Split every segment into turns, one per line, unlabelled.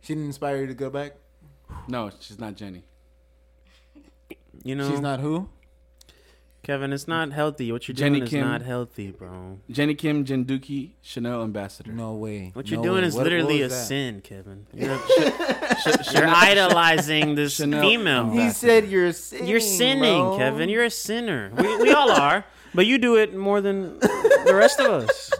She didn't inspire you to go back.
No, she's not Jenny.
You know,
She's not who.
Kevin, it's not healthy. What you're
Jenny
doing
Kim.
is not healthy, bro.
Jenny Kim Jinduki, Chanel ambassador.
No way.
What you're
No
doing
way.
is
What- what
literally a
was that?
sin, Kevin. You're, you're idolizing this
Chanel.
female.
He said you're sinning.
You're sinning,
bro.
Kevin. You're a sinner. We, we all are, but you do it more than the rest of us.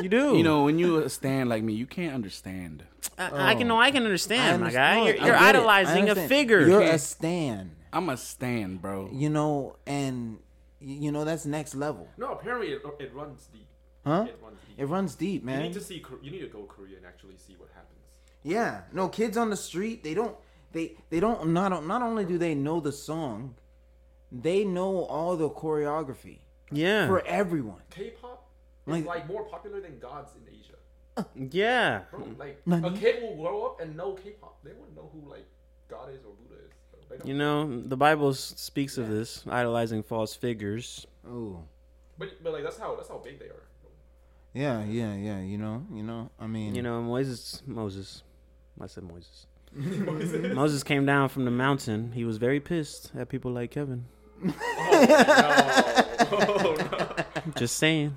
You do.
You know, when you stand like me, you can't understand.
I, I can. No, I can understand,
I
my guy. You're,
understand.
you're
I get it. I
idolizing a
understand.
figure.
You're a stan.
I'm a stand, bro.
You know, and y- you know that's next level.
No, apparently it, it runs deep.
Huh?
It runs deep.
It runs deep,
you
man.
need to see. Kor- You need to go Korea and actually see what happens.
Yeah. No kids on the street. They don't. They they don't. Not not only do they know the song, they know all the choreography
yeah.
for everyone.
K-pop is
Like-
like, more popular than gods in Asia.
yeah.
Bro,
Hmm.
like a
Nani?
kid will grow up and know K-pop. They wouldn't know who like God is or Buddha is. So they don't.
You know, the Bible s- speaks of this idolizing false figures.
Oh.
But but like that's how that's how big they are.
Yeah. Yeah. Yeah. You know. You know. I mean.
You know, Moses. Moses. I said Moses. Moses came down from the mountain. He was very pissed at people like Kevin.
Oh,
Just saying.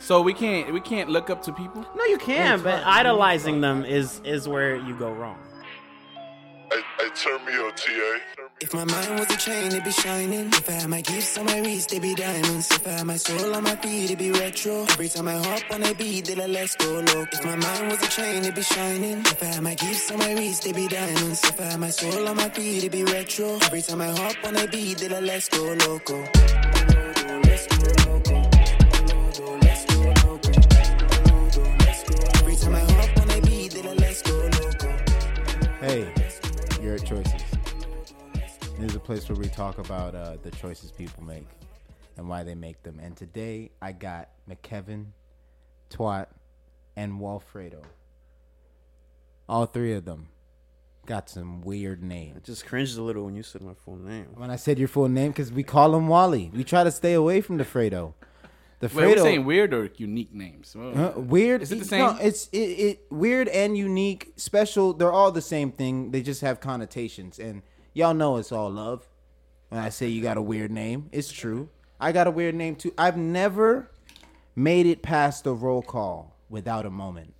So we can't we can't look up to people.
No, you can, but idolizing them is is where you go wrong.
Hey, hey, turn me up, TA.
If my mind was a chain, it'd be shining. If I had my gifts on my wrist, they be diamonds. If I had my soul on my feet, it'd be retro. Every time I hop on a beat, they like, let's go low. If my mind was a chain, it'd be shining. If I had my gifts on my wrist, they be diamonds. If I had my soul on my feet, it'd be retro. Every time I hop on a beat, they like, let's go loco. Let's go loco. Let's go loco. Every time I hop on a beat, they like, let's go loco.
Hey, you're at Choices. This is a place where we talk about uh, the choices people make and why they make them. And today I got McKevin, Twat, and Walfredo. All three of them got some weird names.
just cringed a little when you said my full name.
When I said your full name, because we call him Wally. We try to stay away from the Fredo. The
Wait, we're
Fredo.
saying weird or unique names. Well,
Huh? Uh, Weird. e,
Is it the
No,
same?
it's it, it weird and unique, special. They're all the same thing. They just have connotations, and y'all know it's all love. When I say you got a weird name, it's true. I got a weird name too. I've never made it past the roll call without a moment,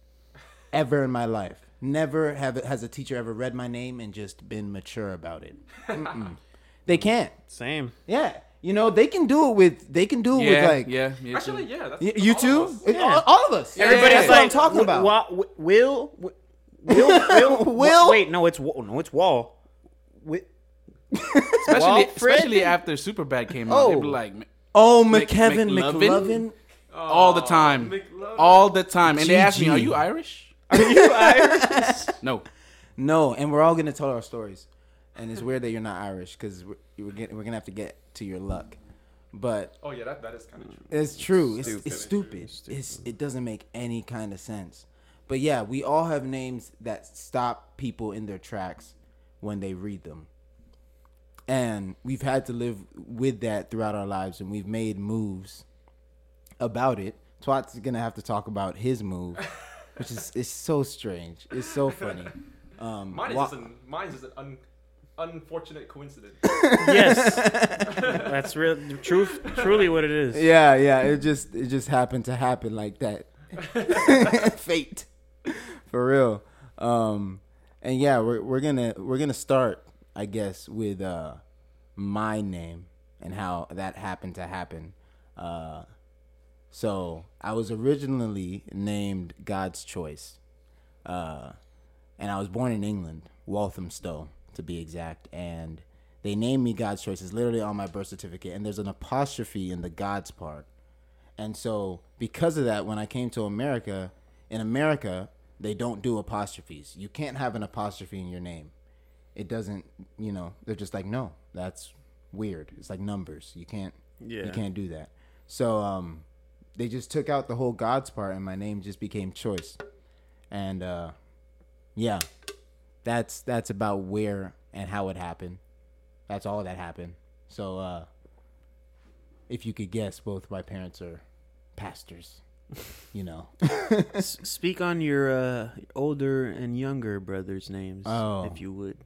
ever in my life. Never have has a teacher ever read my name and just been mature about it. Mm-mm. they can't.
Same.
Yeah, you know they can do it with they can do it
yeah,
with like
yeah, yeah.
Actually,
too.
yeah, that's
Y- You
all of
too?
us.
It- All, all of us.
Everybody's
That's what I'm
like,
talking about.
Wa- Wi- Will, Wi- Will, Will,
Will?
Wait, no, it's Wa- no, it's Wall. Wi-
especially,
Walfred?
especially after Superbad came out,
Oh.
they be like "M-
oh,
Mc-
McKevin McLovin.
McLovin? all the time, all the time, and they ask me,
GG.
"Are you Irish?" No,
No, and we're all going to tell our stories. And it's weird that you're not Irish because we're, we're going we're gonna have to get to your luck. But
Oh yeah, that that is kind of true.
it's true. It's stupid. It's stupid. It's, it doesn't make any kind of sense. But yeah, we all have names that stop people in their tracks when they read them. And we've had to live with that throughout our lives, and we've made moves about it. Twat's gonna have to talk about his move, which is it's so strange. It's so funny. Um,
Mine is
wa-
just an mine is just an un, unfortunate coincidence.
yes, that's real, truth, truly what it is.
yeah, yeah. It just it just happened to happen like that. Fate, for real. Um, and yeah, we're we're gonna we're gonna start, I guess, with uh, my name and how that happened to happen. Uh, so I was originally named God's Choice, uh, and I was born in England, Walthamstow to be exact, and they named me God's Choice. It's literally on my birth certificate, and there's an apostrophe in the God's part. And so, because of that, when I came to America, in America, they don't do apostrophes. You can't have an apostrophe in your name. It doesn't, you know, they're just like, no, that's weird. It's like numbers. You can't, you
Yeah.
can't do that. So, um, they just took out the whole God's part, and my name just became Choice. And, uh, yeah, that's that's about where and how it happened. That's all that happened. So, uh, if you could guess, both my parents are pastors. you know.
S- speak on your uh, older and younger brothers' names,
Oh.
if you would.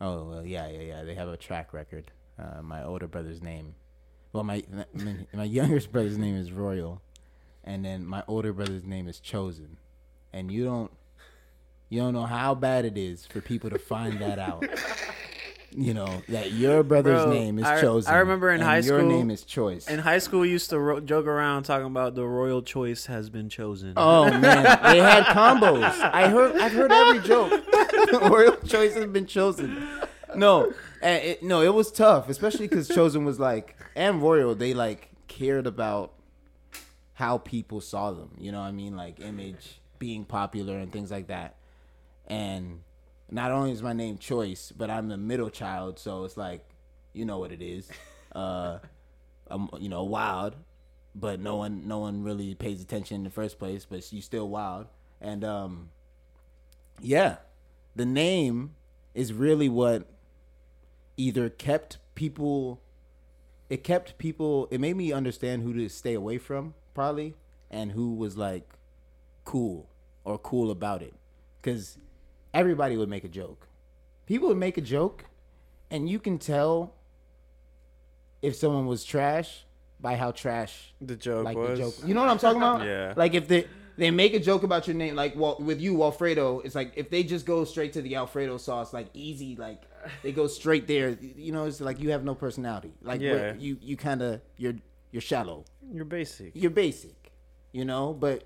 Oh well, yeah, yeah, yeah. They have a track record. Uh, my older brother's name, well, my my, my youngest brother's name is Royal, and then my older brother's name is Chosen, and you don't you don't know how bad it is for people to find that out. You know that your brother's
Bro,
name is
I-
Chosen.
I remember in
and
high
your
school-
name is Choice.
In high school, we used to ro- joke around talking about the royal choice has been chosen.
Oh man, they had combos. I heard. I've heard every joke. Royal choice has been chosen. No, and it, no, it was tough, especially because chosen was like and royal. They like cared about how people saw them. You know, what I mean, like image being popular and things like that. And not only is my name choice, but I'm the middle child, so it's like you know what it is. Uh, um, you know, wild, but no one, no one really pays attention in the first place. But you still wild, and um, yeah, the name is really what either kept people. It kept people. It made me understand who to stay away from, probably, and who was like cool or cool about it, because everybody would make a joke. People would make a joke, and you can tell if someone was trash by how trash
the joke
like
was.
the joke. You know what I'm talking about?
Yeah.
Like if they they make a joke about your name, like well, with you Alfredo, it's like if they just go straight to the Alfredo sauce, like easy, like they go straight there. You know, it's like you have no personality. Like
Yeah.
we're- you you kind of you're you're shallow.
You're basic.
You're basic. You know, but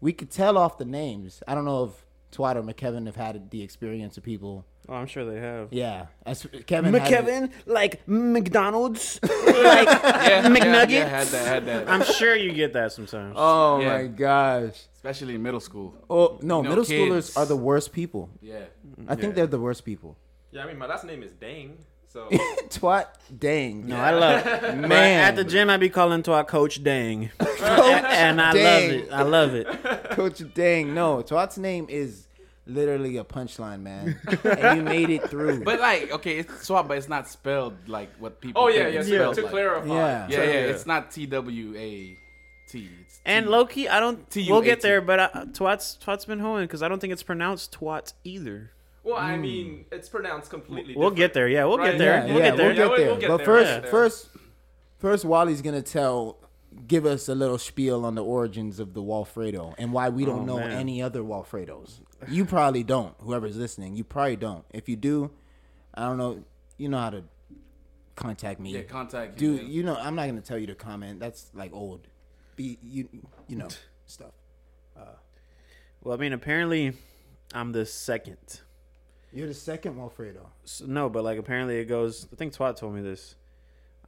we could tell off the names. I don't know if Twat or McKevin have had the experience of people.
Oh, I'm sure they have.
Yeah, as Kevin. had it.
McKevin, like McDonald's, like McNuggets.
Yeah, had that, had that.
I'm sure you get that sometimes.
Oh
Yeah.
my gosh.
Especially in middle school.
Oh no,
know,
middle
kids.
schoolers are the worst people.
Yeah.
I think they're the worst people.
Yeah, I mean, my last name is Dane, so
Twat dang. No,
I love it.
man.
At the gym, I be calling to our coach Dang, and I
Dang.
love it. I love it.
Coach dang. No, Twat's name is literally a punchline, man. and you made it through.
But like, okay, it's swap, but it's not spelled like what people.
oh yeah,
think
yeah.
it's
To,
spelled
to
like.
clarify,
Yeah.
Yeah, yeah, It's not T W A T. It's
And
T.
low key, I don't.
T-U-A-T.
We'll get there, but I, twats twats been hoeing because I don't think it's pronounced twats either.
Well, I mean, it's pronounced completely.
Hmm. We'll get there. Yeah, we'll
Right.
get there.
yeah,
we'll
yeah,
get there.
we'll get
Yeah,
there.
we'll get
but
there.
first
Yeah.
first first Wally's gonna tell give us a little spiel on the origins of the Walfredo and why we don't
Oh,
know
man.
any other Walfredos. You probably don't, whoever's listening, you probably don't. If you do, I don't know you know how to contact me.
yeah, contact
Do
man.
you know? I'm not gonna tell you to comment. That's like old. Be you you know stuff.
Well, I mean, apparently, I'm the second.
You're the second Walfredo.
So, no, but like apparently it goes. I think Twat told me this.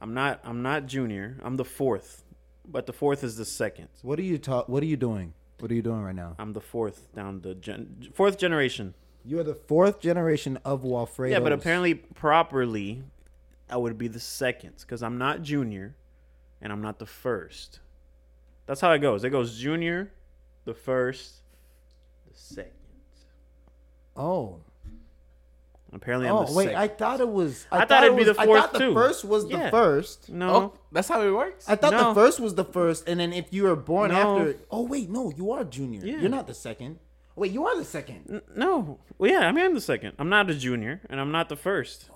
I'm not. I'm not junior. I'm the fourth, but the fourth is the second.
What are you ta- What are you doing? What are you doing right now?
I'm the fourth down the gen, fourth generation.
You are the fourth generation of Walfredo.
Yeah, but apparently properly, I would be the second because I'm not junior, and I'm not the first. That's how it goes. It goes junior, the first, the second.
Oh,
Apparently, I'm
oh
the
wait.
second.
I thought it was.
I thought it'd
it
be
was-
the fourth,
I thought
too.
the first was the
Yeah.
first.
no,
Oh, that's how it works.
I thought the
No.
first was the first, and then if you were born
No.
after. Oh wait, no, you are junior.
Yeah.
You're not the second. Wait, you are the second.
no. Well, yeah, I mean, I'm the second. I'm not a junior, and I'm not the first.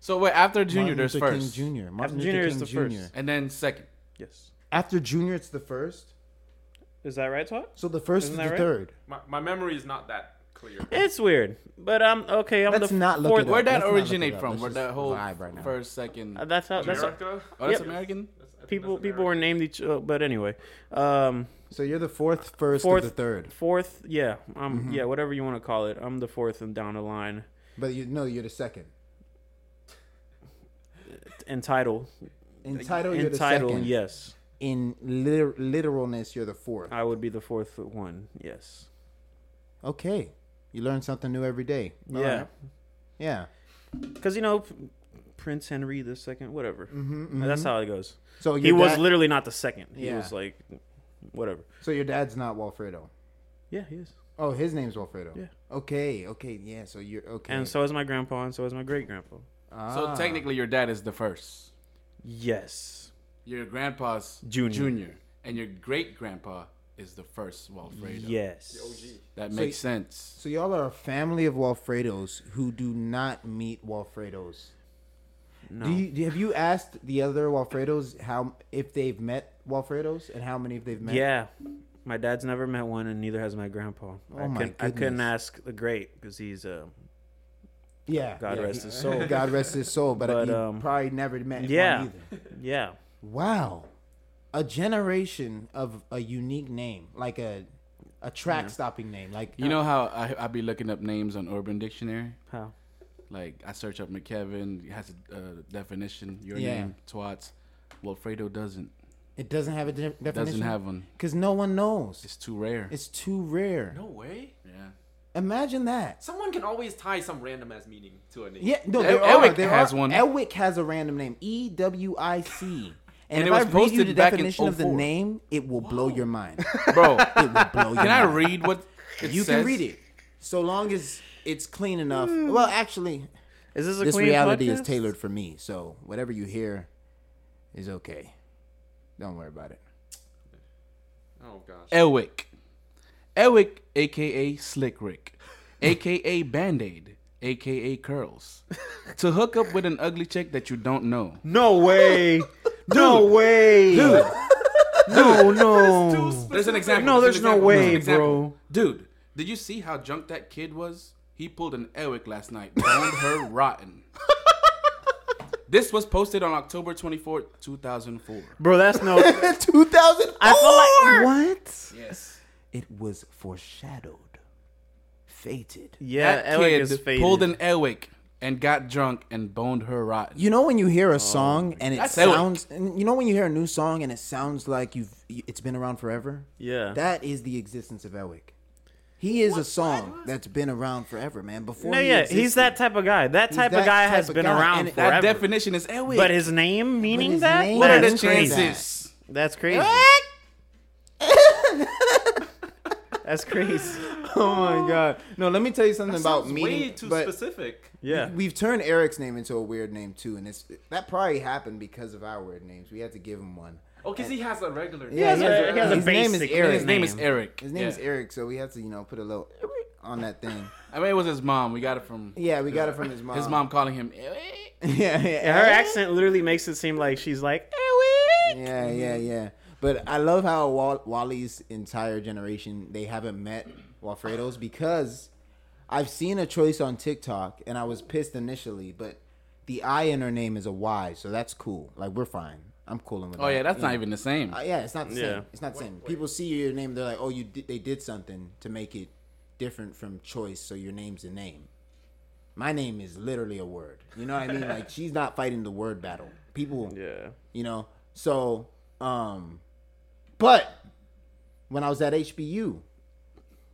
So wait, after junior, there's
Luther
first,
King Junior. Martin
Junior
Luther
is
King
the
Jr.
first.
and then second.
Yes.
After junior, it's the first.
Is that right, Twat?
So the 1st
Isn't
is the
that right?
third.
My, my memory is not that clear.
It's weird, but I'm okay. I'm
Let's
the
not look
fourth.
it up.
Where'd that
Let's not look it
originate
up.
from?
Let's
Where
just
that whole
vibe right now.
first, second?
Uh, That's how. That's how,
America.
oh, that's
yep.
American.
That's- I think
people.
that's
People were
America.
named each. Uh, but anyway, um,
So you're the fourth, first,
fourth,
of the third.
fourth. Yeah, um,
Mm-hmm.
yeah, whatever you want to call it. I'm the fourth and down the line
But you no, you're the second.
in title.
In title, you're
In
the
title,
second.
yes,
In liter- literalness, you're the fourth.
I would be the fourth one. Yes.
Okay, you learn something new every day. All
yeah,
right. yeah.
because you know, P- Prince Henry the second, whatever.
Mm-hmm,
That's how it goes.
So your
He was
dad-
literally not the second. He
Yeah.
was like, whatever.
so your dad's not Walfredo.
Yeah, he is.
Oh, his name's Walfredo.
Yeah.
Okay. Okay. Yeah. So you're okay.
And so is my grandpa, and so is my great grandpa.
So
Ah.
technically, your dad is the first.
Yes.
Your grandpa's
Junior.
junior, and your great grandpa is the first Walfredo.
Yes.
that makes sense.
So y'all are a family of Walfredos who do not meet Walfredos.
No.
Do you, do- have you asked the other Walfredos how if they've met Walfredos and how many if they've met?
yeah. My dad's never met one, and neither has my grandpa. I,
Oh my
couldn't, I couldn't
goodness.
ask the great because he's uh,
yeah.
God
yeah.
rest his soul.
God rest his soul, but,
But,
you
um,
probably never met
yeah.
one either.
yeah.
Wow, a generation of a unique name, like a a track stopping name, like
You know how I I be looking up names on Urban Dictionary.
How?
Like I search up McKevin, he has a uh, definition. Your
Yeah.
name twats. Wilfredo doesn't
it doesn't have a de- definition.
doesn't have one.
because no one knows. It's,
It's too rare.
too rare.
No way.
yeah.
Imagine that.
Someone can always tie some random ass meaning to a name.
Yeah, no,
El-
there are,
Elwick
there
E-, has
are-
one.
Elwick has a random name, E W I C. And,
And
if
it was
I read you
posted
the
back in
definition of the
04.
name, it will blow your mind.
Bro,
It will blow your
can I
mind.
read what it
You
says? Mm.
can read it, so long as it's clean enough. Well, actually,
Is this a
this
clean
reality
podcast?
is tailored for me, so whatever you hear is okay. Don't worry about it.
Oh gosh.
Elwick. Elwick, aka Slick Rick, aka Band Aid, aka Curls. to hook up with an ugly chick that you don't know.
No way. no way. No, no.
There's an example.
No, there's
an
no
example.
way,
an example.
bro.
Dude, did you see how drunk that kid was? He pulled an Elwick last night, boned her rotten. This was posted on October 24th, 2004.
Bro, that's no. I
2004.
feel like what?
Yes.
It was foreshadowed, fated.
Yeah,
that
Elwick is
kid
faded.
pulled an Elwick and got drunk and boned her rotten.
You know when you hear a song and it
That's
sounds, and you know when you hear a new song and it sounds like you've you- it's been around forever.
Yeah.
That is the existence of Elwick. He is a song that's been around forever, man. Before
no,
he
yeah,
existed.
he's that type of guy. That type
that
of guy
type
has
of
been
guy,
around
and it-
forever.
that definition is Elwick.
but his name meaning
his
that?
name
what are the
is
that's,
crazy.
chances?
that's crazy. that's crazy.
Oh my god! No, let me tell you something about
Sounds
me.
way too specific.
Yeah.
We've turned Eric's name into a weird name too, and it's that probably happened because of our weird names. We had to give him one.
Oh, cause he has a regular.
Yeah,
name.
he has a-
he has a
his name is
basic
Eric.
His name, is
name.
Eric.
His name is
Yeah.
Eric, so we had to you know put a little on that thing.
I mean, it was his mom. We got it from
Yeah, we got it from his mom.
his mom calling him Elwick.
yeah, yeah.
Her accent literally makes it seem like she's like,
Yeah, yeah, yeah. But I love how Wal- Wally's entire generation they haven't met Walfredo's because I've seen a choice on TikTok and I was pissed initially, but the I in her name is a Y, so that's cool. Like we're fine. I'm cooling with
Oh
that.
yeah, that's
You
not
know?
even the same.
Uh, yeah, it's not the
Yeah.
same. It's not the same. People see your name, they're like, "Oh, you did, they did something to make it different from choice, so your name's a name." My name is literally a word. You know what I mean? Like she's not fighting the word battle. People,
yeah.
you know. So, um, but when I was at HBU,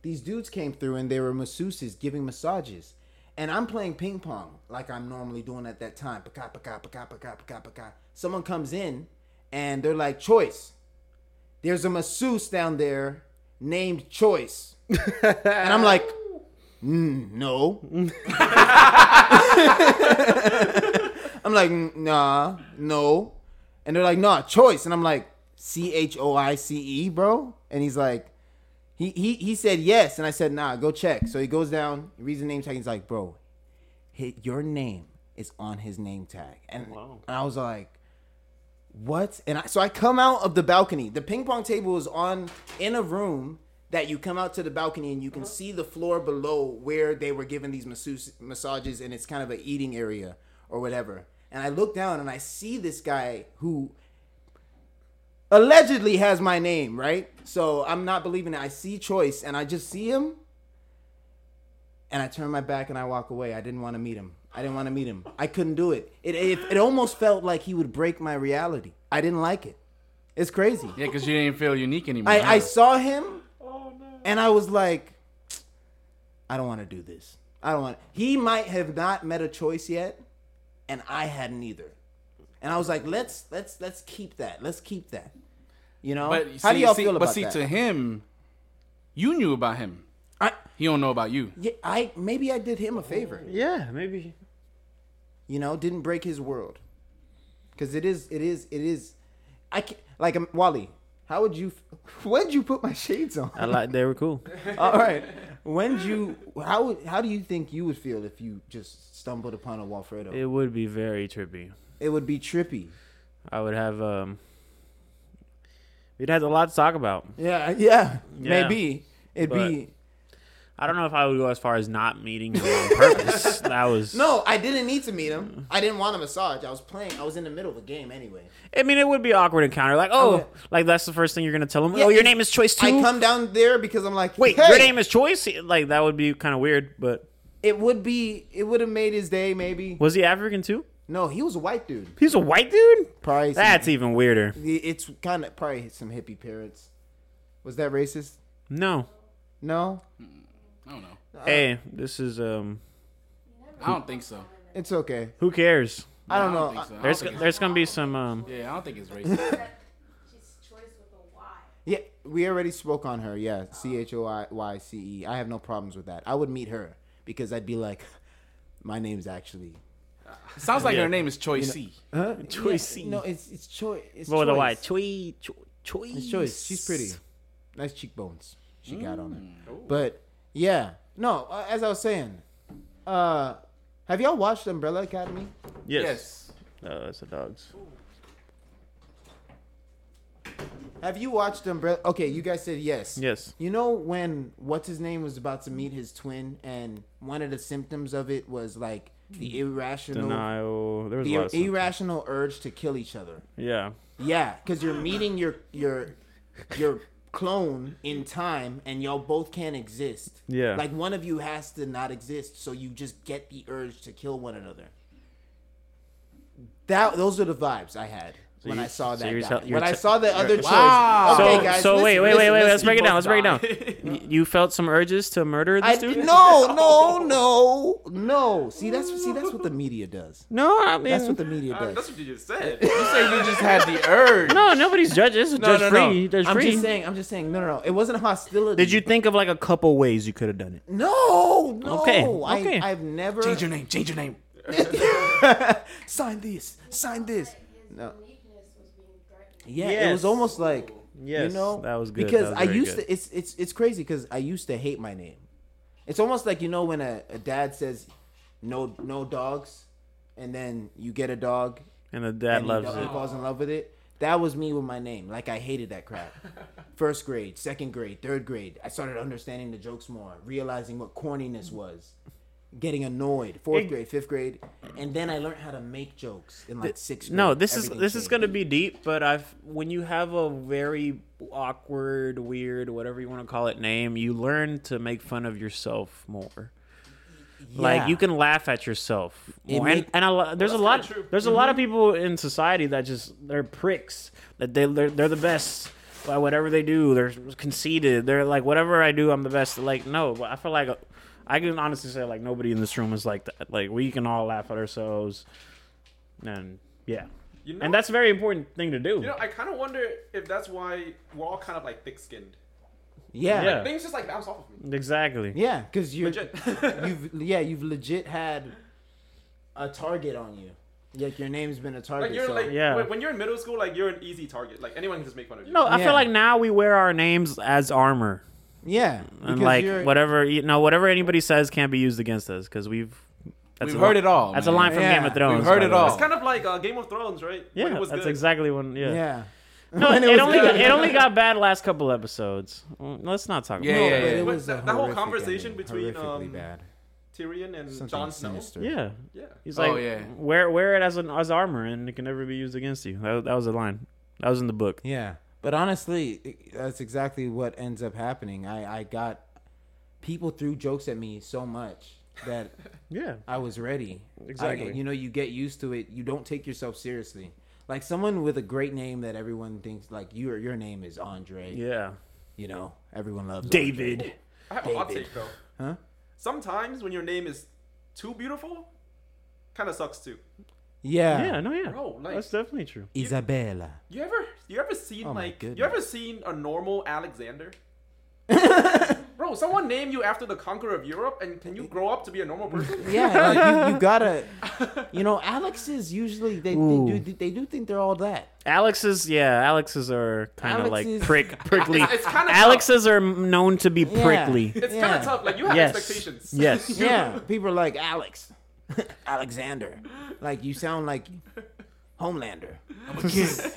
these dudes came through and they were masseuses giving massages. And I'm playing ping pong like I'm normally doing at that time. Paka, paka, paka, paka, paka, paka. Someone comes in and they're like, Choice. There's a masseuse down there named Choice. and I'm like, "Mm, No. I'm like, "Mm, Nah, no. And they're like, Nah, Choice. And I'm like, C H O I C E, bro. And he's like, he, he he said yes, and I said nah. Go check. So he goes down, he reads the name tag. He's like, bro, hit your name is on his name tag, and,
Wow.
and I was like, what? And I, so I come out of the balcony. The ping pong table is on in a room that you come out to the balcony and you can see the floor below where they were giving these masseuse, massages, and it's kind of an eating area or whatever. And I look down and I see this guy who allegedly has my name, right? So I'm not believing it. I see choice and I just see him and I turn my back and I walk away. I didn't want to meet him. I didn't want to meet him. I couldn't do it. It, it. it almost felt like he would break my reality. I didn't like it. It's crazy.
Yeah, because you didn't feel unique anymore.
I, I
huh?
saw him and I was like, I don't want to do this. I don't want. He might have not met a choice yet, and I hadn't either. And I was like, let's let's let's keep that. Let's keep that. You know.
But
How
see-
do y'all
see-
feel about
But see,
that?
to him, you knew about him.
I,
He don't know about you.
yeah, I maybe I did him a favor.
Yeah, maybe.
you know didn't break his world because it is it is it is i can like um, wally How would you? f- When'd you put my shades on?
I like they were cool.
All right. When'd you? How would- how do you think you would feel if you just stumbled upon a Walfredo?
It
It,
would be very trippy.
would be trippy.
I would have um. We'd have a lot to talk about.
Yeah, yeah,
Yeah.
maybe it'd be.
I don't know if I would go as far as not meeting him on purpose. that was
No, I didn't need to meet him. I didn't want a massage. I was playing. I was in the middle of a game anyway.
I mean, it would be an awkward encounter. Like, oh,
Okay.
like that's the first thing you're gonna tell him.
Yeah,
oh, your
it-
name is Choice too.
I come down there because I'm like,
Wait,
hey!
your name is Choice. Like that would be kind of weird. But
It would be. It would have made his day, maybe.
was he African too?
No, he was a white dude.
He's a white dude.
Probably. some-
That's even weirder.
It's kind of probably some hippie parents. Was that racist?
No.
No,
I don't know.
Uh,
hey, this is um.
I don't think so.
it's okay.
Who cares?
I don't
I
know.
don't think so. I don't
There's
think
there's gonna be some um.
it's- yeah, I don't think it's racist.
She's choice with a Y.
Yeah, we already spoke on her. Yeah, C H O I Y C E. I have no problems with that. I would meet her because I'd be like, my name's actually.
Sounds like
Yeah.
her name is Choi C.
Huh?
Choice.
No, it's it's choice. It's
What with
choice.
a Y? Choi. Cho- Choice.
It's choice. She's pretty. Nice cheekbones she got on
Mm.
her. But yeah, no. Uh, as I was saying, uh, have y'all watched Umbrella Academy?
Yes.
Yes.
Oh, it's the dogs.
Have you watched Umbrella? Okay, you guys said yes.
Yes.
You know when what's his name was about to meet his twin, and one of the symptoms of it was like the irrational,
Denial. oh, There was a
the
lot of stuff.
irrational urge to kill each other.
Yeah.
Yeah, because you're meeting your your your clone in time, and y'all both can't exist.
Yeah.
like one of you has to not exist, so you just get the urge to kill one another. That those are the vibes I had when
you-
I saw
so
that.
you're
guy.
tell- you're
when I
te-
saw the other choice.
Wow.
So,
Okay, guys,
so
listen,
wait, wait,
listen,
wait, wait,
listen.
Let's break it down. Let's break it down.
both
Y- you felt some urges to murder this
I,
dude?
no, no, no, no. See, that's see, that's what the media does.
No, I mean,
That's what the media does.
That's what you just said.
You say you just had the urge.
no, nobody's judge. This is
No,
judge
no, no.
free. Judge
I'm
free.
just saying. I'm just saying. No, no, no. It wasn't hostility.
Did you think of like a couple ways you could have done it?
No, no.
Okay,
I,
okay.
I've never
Change your name. Change your name.
sign this. Sign this. No.
Uniqueness was being threatened.
Yeah, it
Yes.
was almost like
Yes,
you know
that was good.
because
That was
I
very
used
good.
to. It's it's it's crazy because I used to hate my name. It's almost like you know when a, a dad says no no dogs, and then you get a dog
And the dad
and
loves
he,
it.
he falls in love with it. That was me with my name. Like I hated that crap. First grade, second grade, third grade. I started understanding the jokes more, realizing what corniness was, getting annoyed. Fourth
It-
grade, fifth grade, and then I learned how to make jokes in like sixth. Grade.
No, this is
Everything
this is
changed.
gonna be deep, but I've when you have a very awkward, weird, whatever you want to call it name, you learn to make fun of yourself more. Like
Yeah.
you can laugh at yourself
It
more, and,
make- Mm-hmm.
and a lo- there's a
that's
lot
kinda true.
there's a lot of people in society that just they're pricks that they they're, they're the best by whatever they do. They're conceited. They're like whatever I do, I'm the best. Like no, but I feel like I can honestly say like nobody in this room is like that. Like we can all laugh at ourselves, and yeah,
You know,
and that's a very important thing to do.
you know, I kind of wonder if that's why we're all kind of like thick-skinned.
yeah
Yeah.
yeah
Things just like bounce off of me.
exactly.
yeah because you
Legit.
you've yeah you've legit had a target on you. Like your name's been a target.
Like you're
so.
like
Yeah.
when, when you're in middle school, like you're an easy target. Like anyone can just make fun of you.
No, I
Yeah.
feel like now we wear our names as armor,
yeah,
and
because
like
you're-
whatever you know, whatever anybody says can't be used against us because we've that's
We've
a
heard
li-
it all,
That's a
man.
line from
Yeah.
Game of Thrones.
We've heard
by
it
the way.
all.
it's kind of like uh, Game of Thrones, right? When
Yeah,
it was
that's
good.
exactly when. Yeah,
yeah.
no,
When
it,
it was
only
good.
got, it only got bad last couple episodes. Mm, Let's not talk
Yeah,
about.
No,
yeah,
but
yeah.
it
But
was a
that- that whole
horrific
conversation
ending,
between,
horrifically
um,
bad.
Tyrion and
Something
Jon Snow.
sinister.
It. Yeah,
Yeah.
he's
Oh,
like,
yeah.
wear wear it as an as armor, and it can never be used against you. That, that was a line. That was in the book.
Yeah, but honestly, it- that's exactly what ends up happening. I I got people threw jokes at me so much that
Yeah,
I was ready.
Exactly.
I- you know, you get used to it. You don't take yourself seriously. Like someone with a great name that everyone thinks like your your name is Andre.
yeah.
You know, everyone loves Andre.
David.
I have a hot
David.
take though.
Huh?
Sometimes when your name is too beautiful, kind of sucks too.
Yeah.
Yeah, no, yeah.
Bro, like-
That's definitely true.
Isabella.
You ever you ever seen
Oh my
like you
goodness.
ever seen a normal Alexander? Bro, Bro, someone name you after the conqueror of Europe, and can
Uh,
you grow up to be a normal person?
Yeah, like you, you gotta. You know, Alexes usually they, they do they do think they're all that.
Alex's, yeah, Alex's are kind of like
Alex's-
prick, prickly.
It's- it's kinda
Alex's are known to be
Yeah.
prickly.
It's
Yeah.
kind of tough. Like you have
Yes.
expectations.
Yes.
Yeah, people are like Alex, Alexander. Like you sound like Homelander.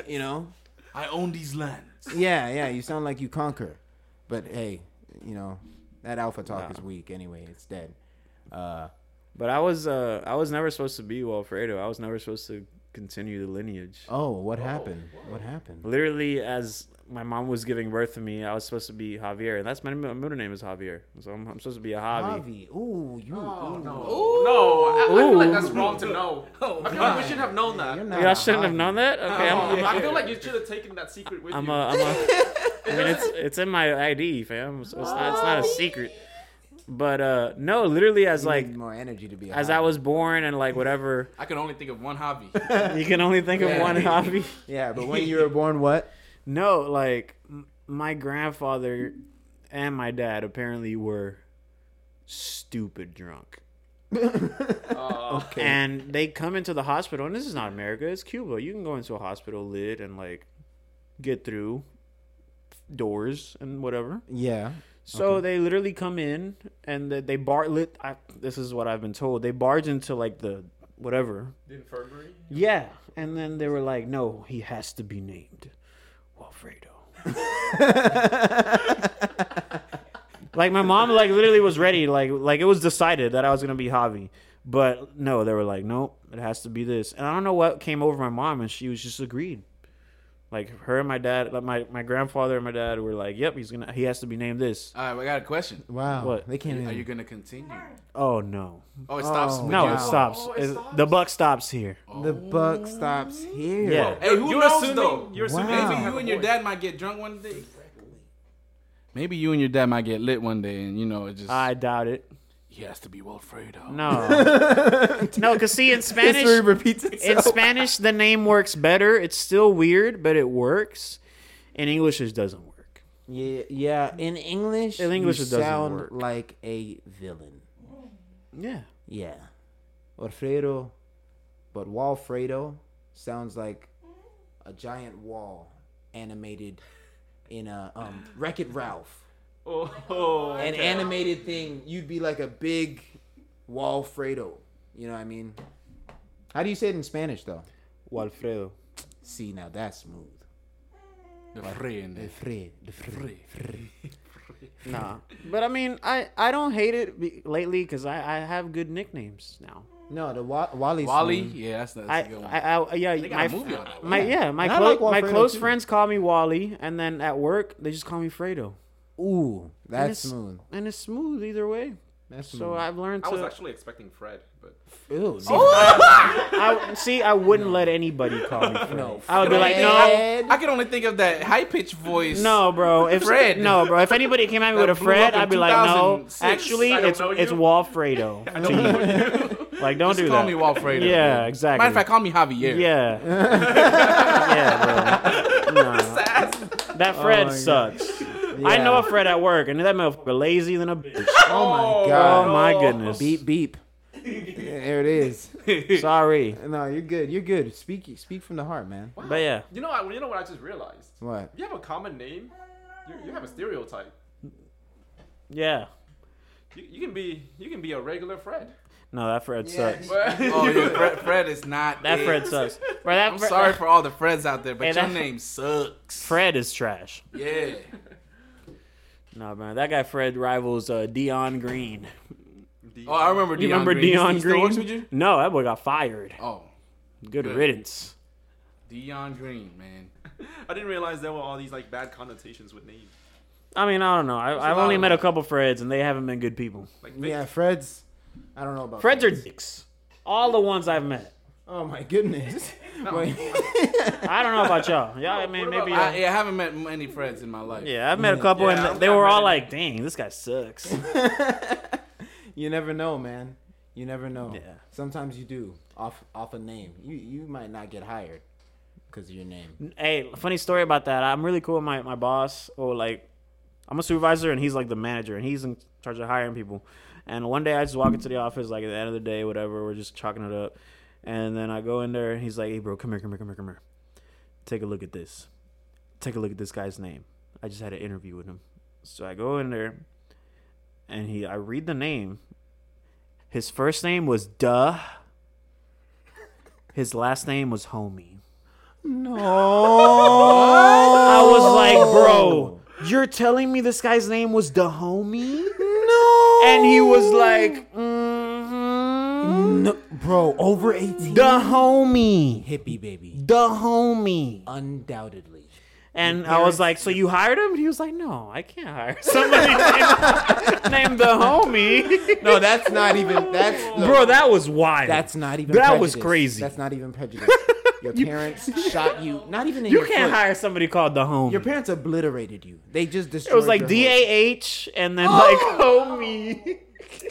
you know?
I own these lands.
Yeah, yeah. You sound like you conquer, but hey, you know that alpha talk is weak anyway. It's dead. Uh,
But I was, uh, I was never supposed to be Walfredo. I was never supposed to continue the lineage.
oh, what happened? What happened?
Literally, as my mom was giving birth to me, I was supposed to be Javier, and that's my my middle name is Javier, so I'm, I'm supposed to be a Javi.
Javi. Ooh, you.
Oh,
ooh,
No, I, I feel like that's
Ooh.
wrong to know.
Oh
I feel like we should have known that.
You're
Yeah,
not
I
a
shouldn't have
Javi.
known that. Okay, I'm, I'm, a-
I feel like you should have taken that secret with
I'm
you.
a, I'm a, I mean, it's it's in my ID, fam. So it's, not, it's not a secret. But uh, no, literally, as
You
like
need more energy to be. a
as
Javi.
I was born and like whatever,
I can only think of one hobby.
you can only think of
Yeah.
one hobby.
Yeah, but when you were born, what?
No, like m- my grandfather and my dad apparently were stupid drunk.
Okay.
And they come into the hospital, and this is not America, it's Cuba. You can go into a hospital lid and like get through doors and whatever.
yeah.
So they literally come in and they, they bar lit. I, this is what I've been told. They barge into like the whatever.
the infirmary.
Yeah, and then they were like, "No, he has to be named Walfredo." like my mom, like literally was ready. Like like it was decided that I was gonna be Javi. But no, they were like, "Nope, it has to be this." And I don't know what came over my mom, and she was just agreed. Like her and my dad, like my, my grandfather and my dad were like, "Yep, he's gonna he has to be named this."
All right, I got a question.
Wow.
What?
They can't.
Are
even-
you gonna continue?
Oh no.
Oh, it stops.
Oh.
with
No,
you.
it stops.
Oh, it
It-
stops?
The buck stops here.
The
Oh.
buck stops here.
Yeah.
Hey, who
you're
knows
assuming,
though?
You're assuming
Wow.
you
Maybe
have
you
a
and your
boy.
dad might get drunk one day. Maybe you and your dad might get lit one day, and you know it just
I doubt it.
he has to be Wilfredo.
No. no, because see, in
History
Spanish,
repeats
in
itself.
Spanish, the name works better. It's still weird, but it works. In English, it doesn't work.
yeah, yeah. In English,
In English,
you
it doesn't
sound
work.
like a villain.
Yeah.
Yeah, Orfredo, but Walfredo sounds like a giant wall animated in a um, Wreck It Ralph.
Oh,
An animated thing, you'd be like a big Walfredo. You know what I mean? How do you say it in Spanish though?
Walfredo.
See, now that's smooth.
The Frey in there.
Fre- the fre-
Nah. But I mean, I, I don't hate it be- lately because I, I have good nicknames now.
No, the wa- Wally.
Wally,
smooth.
yeah, that's, that's
I,
a good one.
I, I yeah,
they got
my,
a movie on that.
my yeah, my
And I
clo-
like
my
Walfredo,
close
too.
friends call me Wally, and then at work they just call me Fredo.
Ooh,
And
that's
it's-
smooth. Hmm.
and it's smooth either way.
That's smooth.
So I've learned to.
I was actually expecting Fred, but
Ew,
I see. I wouldn't let anybody call me Fred.
No.
I would be like, no,
Fred.
I can only think of that high pitched voice.
no, bro. If
Fred.
no, bro. If anybody came at me with a
blew up
Fred,
in
I'd be like, no.
2006.
Actually,
I don't
it's
know
it's
you.
Walfredo. to you. Like, don't
Just
do
call
that.
me Walfredo.
Yeah,
dude.
exactly.
Matter of fact, call me Javier.
Yeah. yeah, bro. Nah. That Fred sucks. I know a Fred at work, and that motherfucker lazy than a bitch.
Oh my
Oh
god.
my goodness.
Beep beep. there it is.
Sorry,
No, you're good. You're good. Speak speak from the heart, man.
but yeah,
you know, I, you know what I just realized.
What?
You have a common name. You, you have a stereotype.
yeah.
You, you can be you can be a regular Fred.
No, that Fred sucks.
Oh, yeah. Fred, Fred is not.
That
it.
Fred sucks. Bro, that
I'm
Fred-
sorry for all the Freds out there, but
And
your
I-
name sucks.
Fred is trash.
Yeah.
No, man, that guy Fred rivals uh, Dion Green.
Oh, I remember.
You
Dion
remember
Green. He-
Dion
he still
Green?
works with you?
No, that boy got fired.
Oh,
Good
Good.
riddance.
Dion Green, man.
I didn't realize there were all these like bad connotations with names.
I mean, I don't know. I, I've
lot
only
of
met a
them.
couple Freds, and they haven't been good people.
Like
Yeah, Fred's. I don't know about
Freds are dicks. All the ones I've met.
Oh my goodness. Wait.
I don't know about y'all. Yeah, I mean,
What about-
maybe.
I,
uh,
yeah, I haven't met many Freds in my life.
yeah, I've met a couple,
Yeah,
and they
I've
were
met
all
it.
like, "Dang, this guy sucks."
you never know, man. You never know.
Yeah.
Sometimes you do off off a name. You you might not get hired because of your name.
hey, funny story about that. I'm really cool with my, my boss, or like I'm a supervisor and he's like the manager and he's in charge of hiring people. And one day I just walk into the office, like at the end of the day, whatever, we're just chalking it up. And then I go in there and he's like, hey, bro, come here, come here, come here, come here. Take a look at this. Take a look at this guy's name. I just had an interview with him. So I go in there and he, I read the name. His first name was Duh. His last name was Homie. I was like,
Oh.
bro, you're telling me this guy's name was the homie? No. And he was like, mhm.
No, bro, over 18.
the homie.
Hippie baby.
The homie.
Undoubtedly.
And I was like, so you hired him? He was like, no, I can't hire somebody named, named the homie.
No, that's not even. That's
Bro, that was wild.
That's not even.
That was
prejudice.
crazy.
That's not even prejudice. Your parents shot you. Not even in
you
your
can't
foot.
hire somebody called the homie.
Your parents obliterated you. They just destroyed.
it was like
your
D
whole-
A H and then like homie.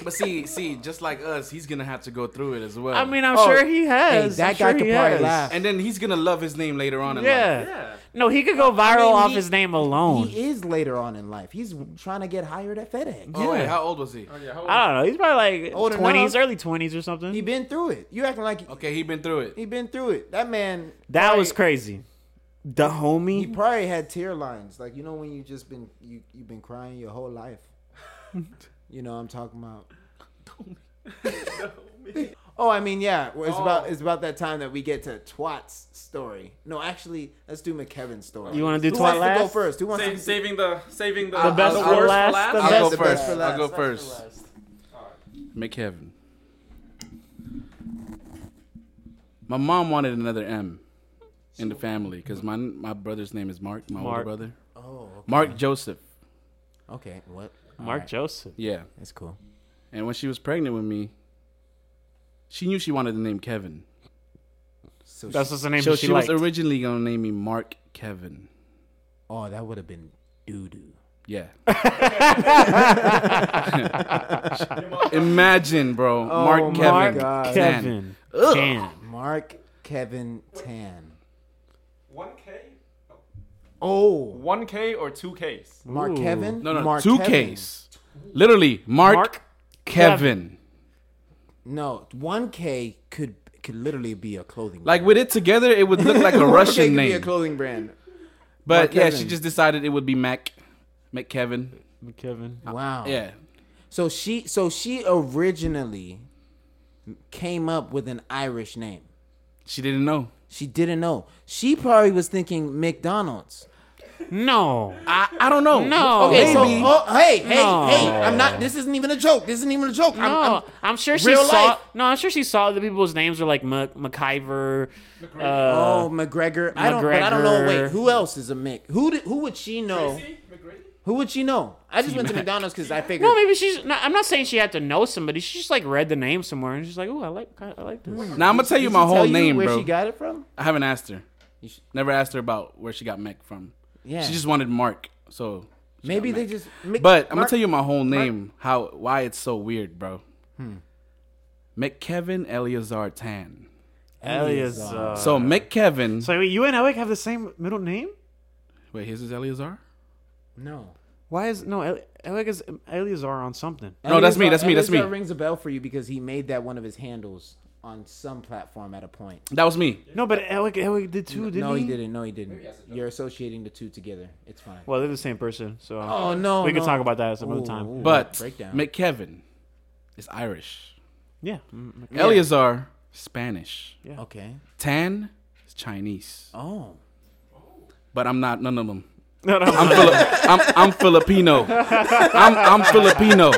But see, see, just like us, he's gonna have to go through it as well.
I mean, I'm
Oh,
sure he
Hey,
has.
that
I'm
guy
sure
could
he
probably
has.
laugh.
and then he's gonna love his name later on. In
Yeah.
life.
Yeah.
No, he could go viral
mean,
off
he-
his name alone.
He is later on in life. He's trying to get hired at FedEx.
Oh wait, how old was he?
Oh, yeah, how
I don't know. He's probably
Old enough.
like twenties, early twenties or something.
He been through it. You acting like
Okay, he been through it.
he been through it. That man.
that
probably-
was crazy. The
He
homie.
probably had tear lines. Like you know when you just been you you've been crying your whole life. you know what I'm talking about. Oh, I mean, yeah. Well, It's
Oh.
about it's about that time that we get to Twat's story. No, actually, let's do McKevin's story.
You wanna do
Who
Twat
wants to go
last?
first? Who wants
Sa-
to
saving the saving the,
The best for
last, the
Yes,
I'll go
the
first.
best for
I'll go
last.
first. McKevin. My mom wanted another M in the family because my my brother's name is Mark, my older
Mark.
brother.
Oh,
Mark Joseph.
okay. What?
Mark Joseph.
Yeah.
That's cool.
And when she was pregnant with me, she knew she wanted the name Kevin.
So
That's just the name
So
she,
she,
liked.
was originally gonna name me Mark Kevin.
oh, that would have been doo doo.
Yeah. Imagine, bro.
my
Mark Kevin.
God.
Tan.
Oh Kevin.
Ugh.
Tan.
Mark Kevin Tan.
Uh, One K,
Oh,
one K or two Ks.
Mark
Ooh.
Kevin.
No, no,
Mark
two
Kevin.
Ks. Literally, Mark,
Mark
Kevin.
No, one K could could literally be a clothing.
Like with it together, it would look like a
brand. One K
Russian
could be a
name.
clothing brand.
but
Mark
yeah,
Kevin.
she just decided it would be Mac, Mac Kevin.
Kevin.
Wow.
Yeah,
So she so she originally came up with an Irish name.
she didn't know.
She didn't know. She probably was thinking McDonald's.
No.
I, I don't know.
No.
Oh, Okay, so
Maybe.
oh, hey, hey,
No.
hey! I'm not. This isn't even a joke. This isn't even a joke.
No,
I'm,
I'm,
I'm,
Uh,
sure she
Real
saw.
life.
No, I'm sure she saw that people's names were like Mc, McIver. Uh,
oh, McGregor. I don't. But I don't know. Wait,
McGregor.
who else is a Mick? Who did, Who would she know? Who would she know? I just went to McDonald's because I figured.
No, maybe she's. Not, I'm not saying she had to know somebody. She just like read the name somewhere and she's like, "Oh, I like, I like this."
Now I'm gonna tell you
Did
my
she
whole
tell you
name,
where
bro.
she got it from?
I haven't asked her.
You should-
Never asked her about where she got Mac from.
Yeah.
She just wanted Mark. So. she
Maybe
got
they
Mac.
just. Mick,
But I'm gonna
Mark- Hmm.
tell you my whole name, how why it's so weird, bro. McKevin Eleazar Tan.
uh,
Eleazar.
So McKevin.
So wait, you and Alec have the same middle name?
wait, his is Eleazar?
No.
Why is no Ele- Alec is Eleazar on something?
No, that's me,
Eleazar-
that's me, that's me.
Eleazar rings a bell for you because he made that one of his handles on some platform at a point.
That was me.
No, but Alec, Alec did too, didn't
no,
he?
he didn't. No, he didn't. You're associating the two together. It's fine.
Well, they're the same person, so uh,
Oh no.
we
no.
can talk about that some other
Ooh,
time.
ooh,
But
breakdown.
McKevin is Irish.
Yeah,
Eleazar, Spanish.
okay.
Tan is Chinese.
Oh.
But I'm not none of them.
no, no,
I'm, Fili- I'm, I'm Filipino. I'm, I'm Filipino.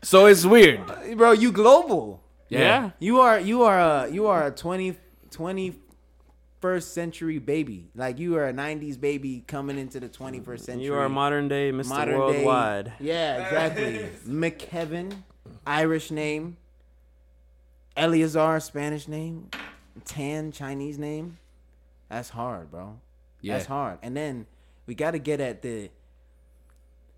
So it's weird.
Bro, you global.
Yeah.
yeah.
You are you are a you are a 20 21st century baby. Like you are a 90s baby coming into the 21st century.
You are modern day Mr.
modern
Worldwide.
day. Yeah, exactly. McKevin, Irish name. Eleazar, Spanish name. Tan, Chinese name. That's hard, bro.
Yeah.
That's hard. And then we got to get at the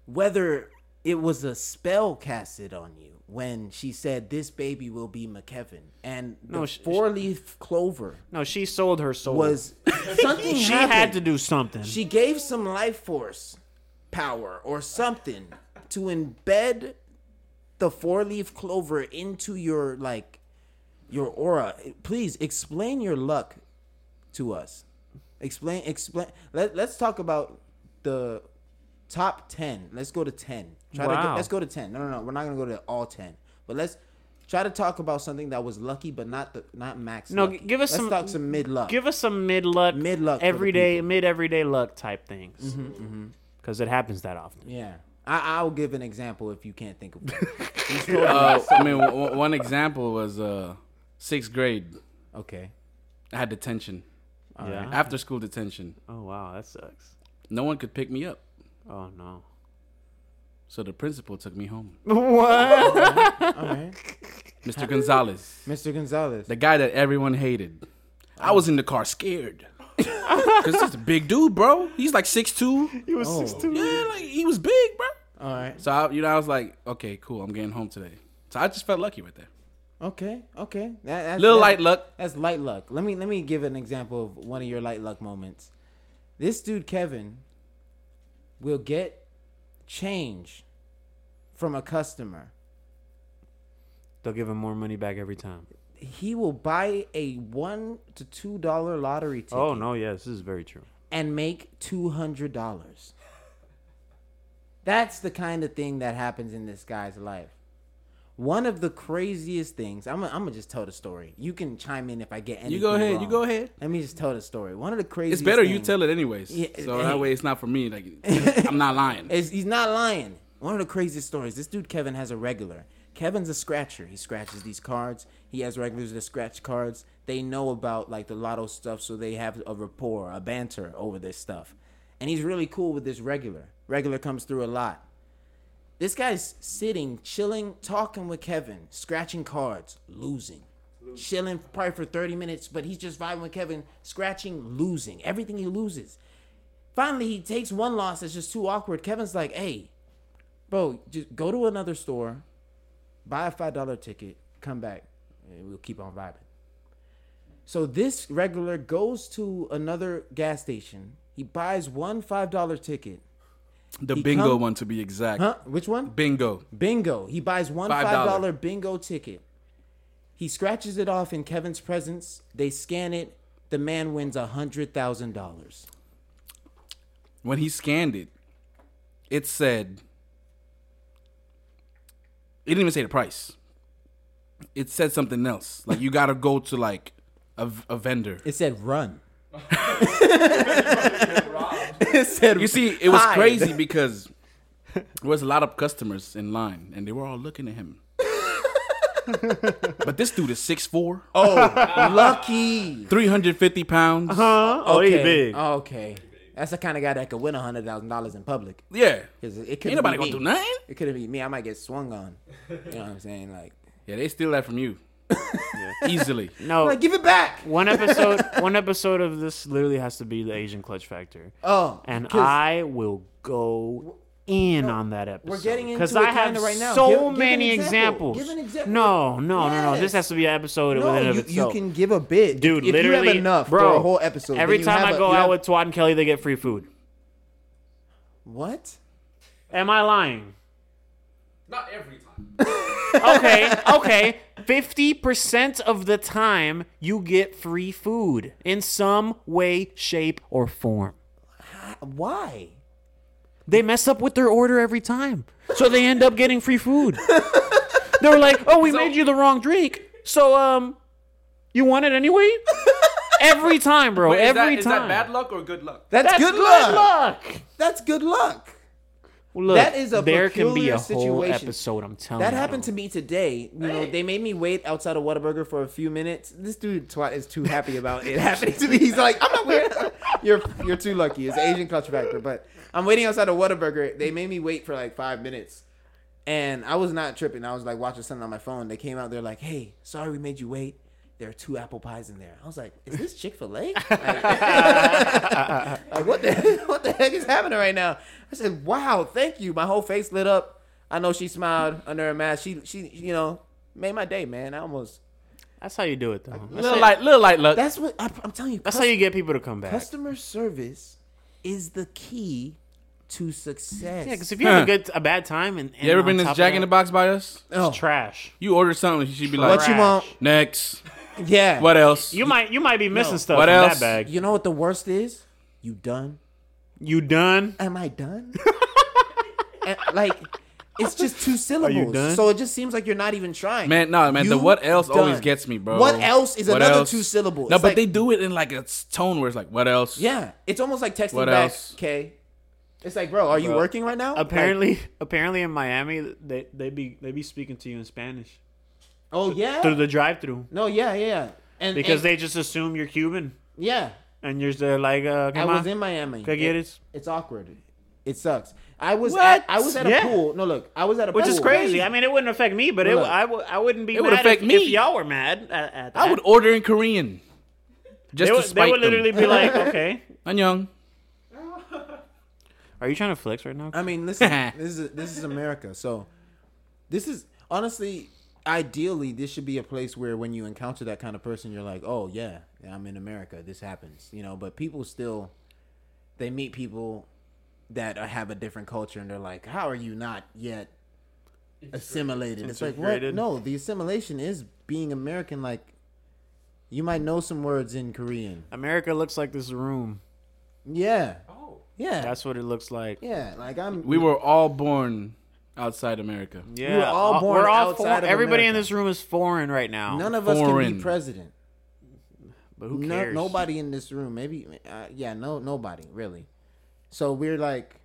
whether it was a spell casted on you when she said this baby will be McKevin and
No,
the
sh-
four-leaf clover
No, she sold her soul.
was something
she
happened.
had to do something?
She gave some life force power or something to embed the four leaf clover into your like your aura. Please explain your luck to us. Explain explain let, let's talk about the top 10. Let's go to 10. Try to
Wow.
get, let's go to 10. No, no, no. We're not going to go to all 10. But let's try to talk about something that was lucky but not the not max.
No,
lucky.
g- give us
let's
some-
talk some mid luck.
Give us some mid luck,
Mid luck for the
everyday,
people.
mid everyday luck type things, because it happens that often.
Yeah. I, I'll give an example if you can't think of one.
Uh, I mean, w- w- one example was uh, sixth grade.
okay.
I had detention,
yeah.
Uh-huh.
after school detention.
Oh wow, that sucks.
No one could pick me up,
Oh no.
so the principal took me home.
What?
All right.
Mr. Gonzalez,
Mr. Gonzalez.
the guy that everyone hated. I was in the car scared. Cause this is a big dude, bro. He's like six two.
he was
Oh.
six two.
Yeah, like he was big, bro.
All right.
So I, you know, I was like, okay, cool. I'm getting home today. So I just felt lucky right there.
Okay. Okay. That, that's,
Little
that-
light luck.
That's light luck. Let me let me give an example of one of your light luck moments. This dude Kevin will get change from a customer.
They'll give him more money back every time.
He will buy a one to two dollar lottery ticket
Oh no, yes, this is very true.
and make two hundred dollars. That's the kind of thing that happens in this guy's life. One of the craziest things. I'm gonna I'm gonna just tell the story. You can chime in if I get anything.
You go ahead. You
wrong.
go ahead.
Let me just tell the story. One of the craziest.
It's better you
things-
tell it anyways.
Yeah,
so
hey.
that way it's not for me. Like I'm not lying.
It's, he's not lying. One of the craziest stories. This dude Kevin has a regular. Kevin's a scratcher. He scratches these cards. He has regulars that scratch cards. They know about like the lotto stuff, so they have a rapport, a banter over this stuff. And he's really cool with this regular. Regular comes through a lot. This guy's sitting, chilling, talking with Kevin, scratching cards, losing. Chilling probably for 30 minutes, but he's just vibing with Kevin, scratching, losing. Everything he loses. Finally, he takes one loss that's just too awkward. Kevin's like, hey, bro, just go to another store, buy a $5 ticket, come back, and we'll keep on vibing. So this regular goes to another gas station. He buys one $5 ticket.
The
He
bingo
come-
one to be exact.
Huh? Which one?
Bingo.
Bingo. He buys one
Five
five
dollar.
dollar bingo ticket. He scratches it off in Kevin's presence. They scan it. The man wins a hundred thousand dollars.
When he scanned it, it said. It didn't even say the price. It said something else. Like you gotta go to like a, v- a vendor.
It said run. it said
You see, it was
hide.
crazy because there was a lot of customers in line, and they were all looking at him. but this dude is 6'4",
Oh, lucky.
350 pounds.
Huh? Oh, he's
okay.
big.
Okay, that's the kind of guy that could win a hundred thousand dollars in public.
Yeah.
'Cause it could
Ain't nobody gonna do nothing.
It could have been me. I might get swung on. You know what I'm saying? Like,
Yeah, they steal that from you. Easily.
No,
like give it back.
one episode, one episode of this literally has to be the Asian Clutch Factor,
Oh,
and
'cause-
I will go in on that episode.
getting into
because
it
I have
kinda right now. Give-
so
give an
many
example.
examples.
Give an example.
No, no, no, no. This
Yes.
has to be an episode
No,
within of
you, you
itself.
can give a bit,
Dude,
If
literally,
you have enough
bro.
for a whole episode. then
Every
you
time
have
I
a-
go
you
out
have-
with Twad and Kelly, they get free food.
what?
Am I lying?
Not every time.
okay, okay. Fifty percent of the time, you get free food in some way, shape, or form.
Why?
They mess up with their order every time, so they end up getting free food. they were like, "Oh, we made you the wrong drink, so um, you want it anyway." every time, bro.
is
every
that, is
time.
that bad luck or good luck?
That's,
That's
good, luck.
luck.
That's good luck.
Look,
That is a
there can be
peculiar
a whole
situation.
episode. I'm telling
That
you.
happened to me today. You know, they made me wait outside of Whataburger for a few minutes. This dude twat is too happy about it happening to me. He's like, I'm not weird. you're you're too lucky. It's Asian culture factor. But I'm waiting outside of Whataburger. They made me wait for like five minutes. And I was not tripping. I was like watching something on my phone. They came out, they're like, Hey, sorry we made you wait. There are two apple pies in there. I was like, Is this Chick-fil-A? Like, like, what the what the heck is happening right now? I said, "Wow, thank you." My whole face lit up. I know she smiled under her mask. She she you know made my day, man. I almost
That's how you do it, though. That's,
Little light, little light luck.
that's what I, I'm telling you.
that's how you get people to come back.
customer service is the key to success.
Yeah, because if you have
Huh.
a good, a bad time, and, and
You ever
on
been
top
this
of
Jack in
that,
the Box by us?
Oh,
it's trash.
You order something, you should be like,
what you want?
next.
Yeah.
What else?
You might you might be missing stuff
What
in
else?
that bag.
You know what the worst is? You done?
You done?
Am I done? And, like, it's just two syllables.
done?
So it just seems like you're not even trying.
Man, no, man. the
You
what else always
done.
gets me, bro.
What else is
What
another
else?
two syllables?
No,
It's
but
like-
they do it in like a s- tone where it's like, what else?
Yeah, it's almost like texting
What
back.
else?
Okay, it's like, bro, are you
Bro.
working right now? Like,
Apparently, apparently in Miami, they they be they be speaking to you in Spanish
oh yeah.
through the drive-through
no, yeah, yeah, yeah. And
because
and-
they just assume you're Cuban
yeah,
and you're just there like, uh,
I
come
was
on,
in Miami.
go get it.
It's awkward. It sucks. I was
What?
at, I was at a
Yeah.
pool. No, look, I was at a
Which
pool.
is crazy. I mean, it wouldn't affect me, but it,
Look.
I, w- I wouldn't be.
It would
mad
affect
if,
me.
If y'all were mad at, at
I
that.
would order in Korean. Just
They
to
would,
spite
they would literally
them.
be like, okay,
Annyeong.
are you trying to flex right now?
I mean, listen, this is this is America. So this is honestly, ideally, this should be a place where when you encounter that kind of person, you're like, oh yeah, I'm in America. This happens, you know. But people still, they meet people that are- have a different culture, and they're like, how are you not yet assimilated? It's like, what?
Integrated.
No, the assimilation is being American. Like, you might know some words in Korean.
America looks like this room.
Yeah,
Oh,
yeah,
That's what it looks like.
yeah. Like I'm.
We were all born outside America.
Yeah,
were all born
we're all
outside
foreign.
of
Everybody in
America.
this room is foreign right now.
None of us can
foreign.
be president.
but who
No-
cares?
nobody in this room. Maybe, uh, yeah, no, nobody really. So we're like,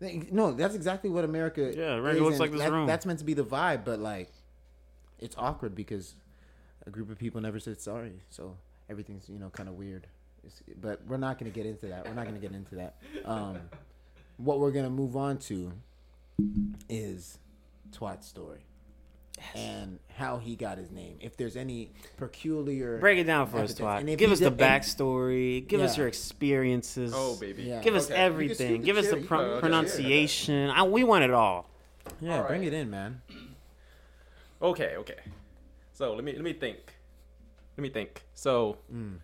no, that's exactly what America.
Yeah, America
is,
looks
and
like this
that-
room.
That's meant to be the vibe, but like, it's awkward because a group of people never said sorry, so everything's you know kind of weird. It's, but we're not gonna get into that. We're not gonna get into that. Um, what we're gonna move on to is Twat's story. And how he got his name. If there's any peculiar
Break it down for us,
evidence. And
Twat.
if
Give
he
us the
did- and-
backstory. Give us
Yeah.
your experiences.
oh, baby.
Yeah.
Give us
Okay. You
everything.
can
Give us
shoot
the
the
pro-
shit. Yeah, okay.
pronunciation. I, we want it all.
Yeah,
All
bring
right.
it in, man.
Okay, okay. So let me let me think. Let me think. So
Hmm.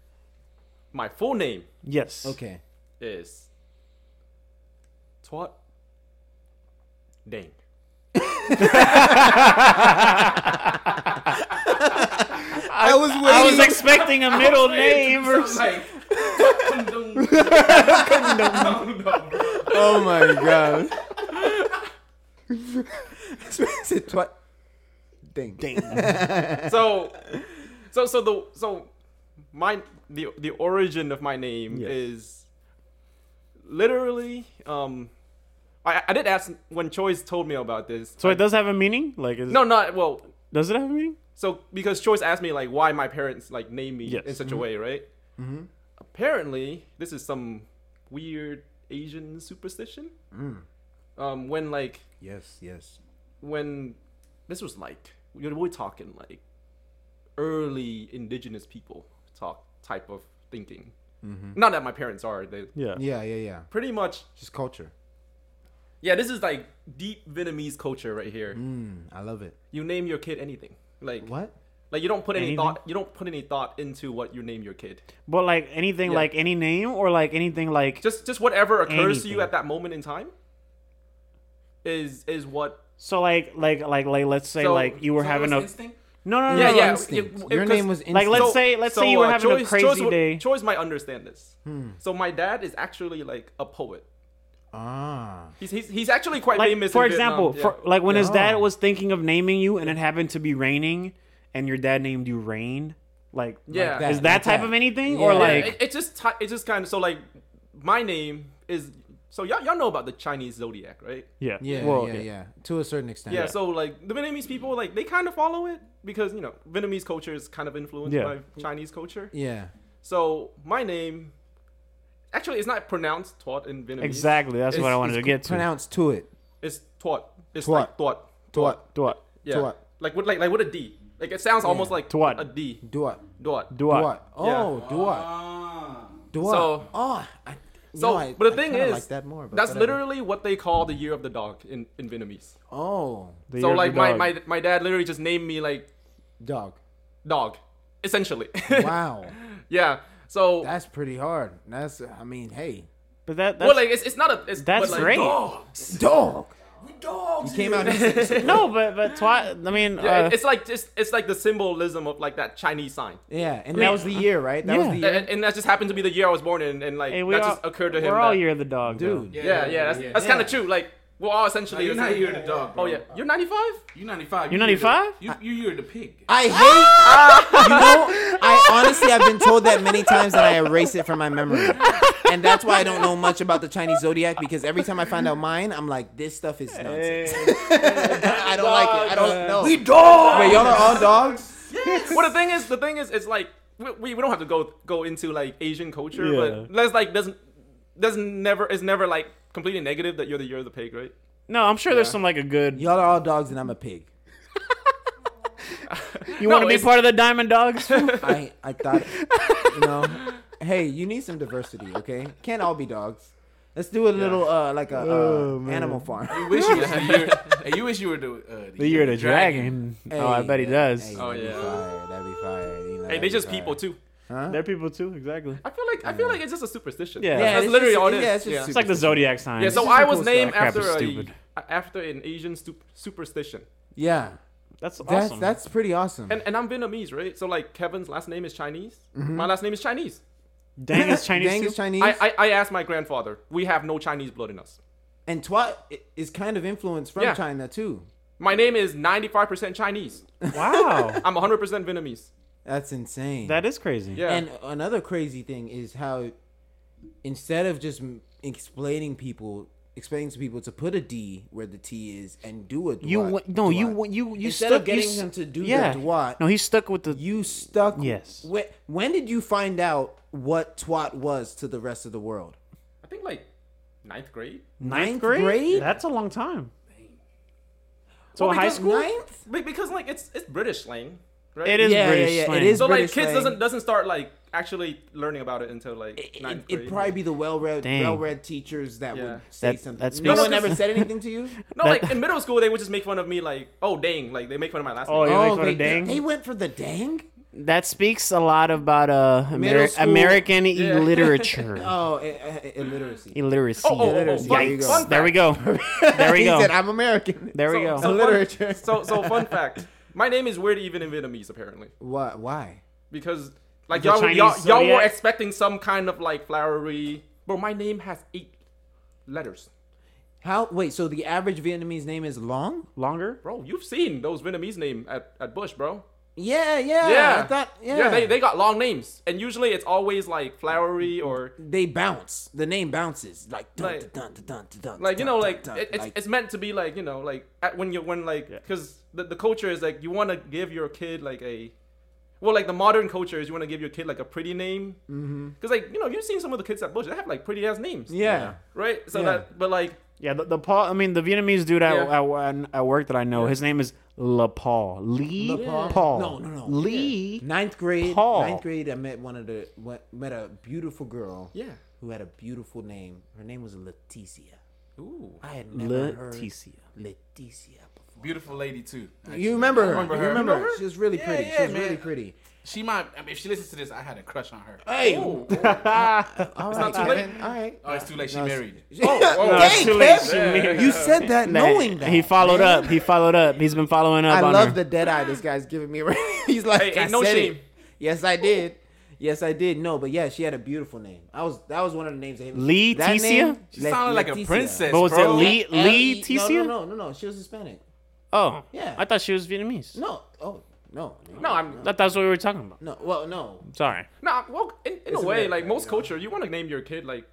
my full name
Yes.
Okay.
is Twat Dang.
I, was waiting.
I was expecting a middle name. Or
oh my god. Is it twi- Dang.
so so so the so my the the origin of my name
Yes.
is literally um I, I did ask when Choice told me about this.
so it does have a meaning. Like is,
No, not well.
does it have a meaning?
So because Choice asked me like why my parents like named me
Yes.
in such a way, right? Mm-hmm. Apparently, this is some weird Asian superstition. Um, when like
Yes, yes.
when this was like we're we're talking like early indigenous people talk type of thinking. Not that my parents are. They
Yeah.
Yeah, yeah, yeah.
pretty much
Just culture.
yeah. This is like deep Vietnamese culture right here.
I love it.
You name your kid anything. Like
What?
Like you don't put any
Anything?
thought. You don't put any thought into what you name your kid.
But like anything,
Yeah.
like any name, or like anything, like
Just just whatever occurs to
Anything.
you at that moment in time. Is is what?
so, like like like like let's say
So-
like you were
So
having
it
a
was instinct?
no no no
Yeah,
no,
yeah.
Instinct.
it- it-
Your name was
because-
instinct.
like let's
So-
say let's
so,
say you were
uh,
having a
Choice-
crazy
Choice would-
day.
Choice might understand this. So my dad is actually like a poet.
ah.
He's he's, he's actually quite
like
famous.
for
in Vietnam,
example, for,
yeah.
like when his dad
Yeah.
was thinking of naming you, and it happened to be raining, and your dad named you Rain. Like
Yeah.
like, is
That-
that
like
type
that.
of anything
Yeah.
or
Yeah,
like
it, it just ti- it just kind of so like my name is so y'all y'all know about the Chinese zodiac, right?
yeah
Yeah,
well,
yeah, yeah. To a certain extent.
Yeah, so like the Vietnamese people, like they kind of follow it because you know Vietnamese culture is kind of influenced
Yeah.
by Chinese culture.
Yeah.
So my name, actually, it's not pronounced "twat" in Vietnamese.
exactly that's what I
It's-
wanted to get to.
Pronounce to it.
It's "twat." It's
Twat.
like "twat."
To what?
Duat
Yeah.
Twat.
Like with like like with a D. Like it sounds almost like
Twat.
A D.
Do what?
Twat.
Do
duat.
what? Oh, do what?
Ah.
Do what?
So-
oh, I, you
So,
know, I-
but
I
the thing
kinda
is,
like that more. But
that's
whatever.
literally what they call the year of the dog in, in Vietnamese.
Oh,
The
so
year of
like
the
my,
dog.
my my dad literally just named me like
dog.
dog, essentially.
Wow,
yeah. So
that's pretty hard. That's I mean, hey,
But that that's
well, like it's, it's not a. It's,
that's
but, like,
great.
Dogs.
Dog.
We dogs.
You came out.
dude.
And
no, but but twi- I mean,
Yeah,
uh,
it- it's like just it's like the symbolism of like that Chinese sign,
yeah, and
I mean,
that was the year, right? That was
yeah.
the year.
and, and that just happened to be the year I was born in, and like
hey, we
that
all,
just occurred to him.
We're all
that-
year the dog,
Dude.
Though.
Yeah, yeah, that's, that's kind of true. Like we're all essentially.
You're
the
not
same.
year the dog, bro.
Oh yeah, you're 95.
You're 95.
You're
year the-
95?
You you year the pig.
I hate. you know, I honestly I've been told that many times that I erase it from my memory, and that's why I don't know much about the Chinese zodiac because every time I find out mine, I'm like, this stuff is nonsense. I don't like it. I don't know. We dogs. Wait, y'all are all dogs.
well, the thing is, the thing is, it's like we, we, we don't have to go go into like Asian culture,
Yeah.
but there's like doesn't there's never it's never like completely negative that you're the year of the pig, right?
No, I'm sure there's some like a good.
Y'all are all dogs, and I'm a pig.
You
No,
want to be
it's-
part of the Diamond Dogs?
I I thought, you know, hey, you need some diversity, okay? Can't all be dogs. Let's do a little uh like a uh,
Oh,
animal farm.
You wish you was the year. hey, you wish you were the uh,
the year of the dragon. oh, I
Hey,
bet he
hey,
does.
hey,
Oh,
that'd be
yeah.
fire, that'd be fire. You know,
Hey,
that'd
they
be
just
fire.
people too.
They're people too, exactly.
I feel like I feel like it's just a superstition.
Yeah. Yeah,
that's
it's
literally
just-
all it is.
yeah, it's just
yeah.
It's like the zodiac sign.
Yeah, so
just
I
a
was
cool
named
stuff. That crap
after
is
a,
stupid.
after an Asian stup- superstition,
Yeah,
that's
that's
awesome.
that's pretty awesome.
and and I'm Vietnamese, right? So like Kevin's last name is Chinese.
Mm-hmm.
My last name is Chinese.
dang is Chinese.
Dang is
too?
Chinese.
I, I I asked my grandfather. We have no Chinese blood in us.
and twat i- is kind of influenced from
Yeah.
China too.
My name is 95% Chinese.
Wow,
I'm 100% Vietnamese.
That's insane.
that is crazy.
Yeah.
and another crazy thing is how instead of just m- explaining people explaining to people to put a D where the T is and do a dwat,
You w- no, you
dwat,
w- you you
instead
stuck
of getting
you, s-
them to do
yeah.
the dwat,
No, he stuck with the.
you stuck.
Yes.
When, when did you find out what twat was to the rest of the world?
I think like ninth grade.
ninth grade?
That's a long time. Oh So
Well,
high
because
school.
Ninth?
Be- Because like it's it's British slang, right?
It is
Yeah, yeah,
British
yeah, it
slang.
is
So like
British
kids
slang.
doesn't doesn't start like actually learning about it until like
It,
ninth grade.
would probably be the well-read,
Dang.
well-read teachers that
Yeah.
would say
That-
something.
that
no
speaks-
one
No, no,
ever
'cause-
said anything to you.
no,
that-
like in middle school they would just make fun of me like, oh dang, like they make fun of my last
Oh,
name.
yeah, they go to
they,
dang.
they went for the dang.
That speaks a lot about uh
Middle
Ameri-
school-
American
Yeah.
literature.
Oh, i- i- illiteracy.
Illiteracy.
Oh, oh, oh,
Illiteracy.
fun-
There you go.
fun
There we
fact.
go. There we
he
go.
said, "I'm American."
There we
So-
go.
so-
Literature.
So so fun fact, my name is weird even in Vietnamese apparently
Why? Why?
because like
The
y'all were- y'all,
Chinese
y'all were
zodiac?
expecting some kind of like flowery, bro. My name has eight letters.
How? Wait. So the average Vietnamese name is long?
Longer?
Bro, you've seen those Vietnamese name at, at Bush, bro.
Yeah, yeah.
Yeah.
I thought. Yeah.
they, they got long names. And usually it's always like flowery or
They bounce. The name bounces like dun
Like-
dun dun dun dun. dun,
like you know
dun,
like
dun,
it, it's,
like-
it's meant to be like you know like at, when you when like because the, the culture is like you want to give your kid like a well like the modern culture is you want to give your kid like a pretty name because
Mm-hmm.
like you know you've seen some of the kids at Bush they have like pretty ass names
yeah.
right so
Yeah.
that but like
Yeah, the, the Paul. I mean, the Vietnamese dude at,
Yeah.
at, at work that I know, his name is La Paul. Lee
Le Paul?
Paul.
No, no, no.
Lee.
Ninth grade.
Paul.
Ninth grade. I met one of the went, met a beautiful girl.
yeah
Who had a beautiful name. Her name was Leticia.
ooh
I had never heard
Leticia.
Leticia before.
Beautiful lady too. actually.
You remember her?
I remember
you
her.
remember her? She was really
Yeah,
pretty.
yeah,
she was really
man.
pretty.
She might. I mean, if she listens to this, I had a crush on her.
Hey,
Oh.
Ooh.
all right,
too late.
Kevin. All right.
Oh, it's too late. She married.
Oh,
No, it's
dang,
too late.
Kev,
She married.
You said that knowing that.
He followed
man.
up. He followed up. He's been following up
I
on
love
her.
the dead eye this guy's giving me. He's like,
Hey,
I
ain't no
said
shame.
it. Yes, I did. Yes, I did. No, but yeah, she had a beautiful name. I was that was one of the names. They,
Lee
that
Ticia?
She sounded like a
Leticia.
princess.
What was
bro.
it? Lee
L- E-
Lee
no,
Ticia?
No, no, no, no. She was Hispanic.
Oh,
Yeah.
I thought she was Vietnamese.
No. Oh no. No.
no I'm
I thought that's what we were talking about.
no well, no.
Sorry.
No, well, in, in a
It's
way,
America,
like most
you know?
culture, you want to name your kid like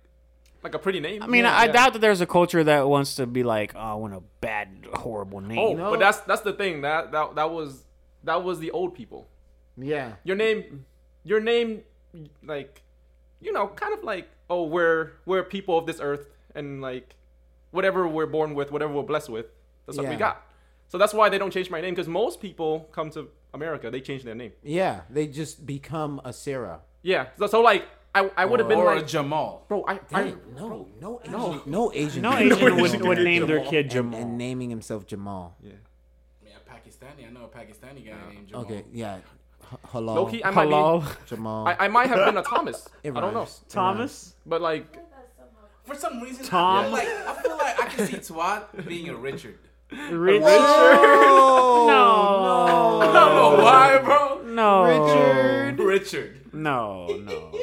like a pretty name.
I mean, I, I doubt that there's a culture that wants to be like, oh, I want a bad, horrible name.
Oh,
know?
but that's that's the thing that that that was that was the old people.
Yeah.
Your name, your name, like you know, kind of like oh, we're we're people of this earth, and like whatever we're born with, whatever we're blessed with, that's what we
Yeah.
got. So that's why they don't change my name because most people come to America, they change their name.
Yeah. They just become a Sarah.
Yeah, so, so like I I would have been
Or
like,
Jamal.
bro, I, I
Dang, no, no, Asian, no, Asian,
No
people
Asian
do
would,
that.
would name their kid
and,
Jamal.
and naming himself Jamal.
Yeah, Pakistani. I know a Pakistani guy named Jamal.
Okay, yeah. H- hello,
Loki, I might
Hello,
be,
Jamal.
I, I might have been a Thomas. I don't know,
rhymes.
Thomas.
but like
That's somehow
for some reason, I
Tom.
feel like I, feel like I can see Twat being a Richard.
Richard.
Oh,
I don't know why, bro.
No.
Richard.
Richard.
No, no.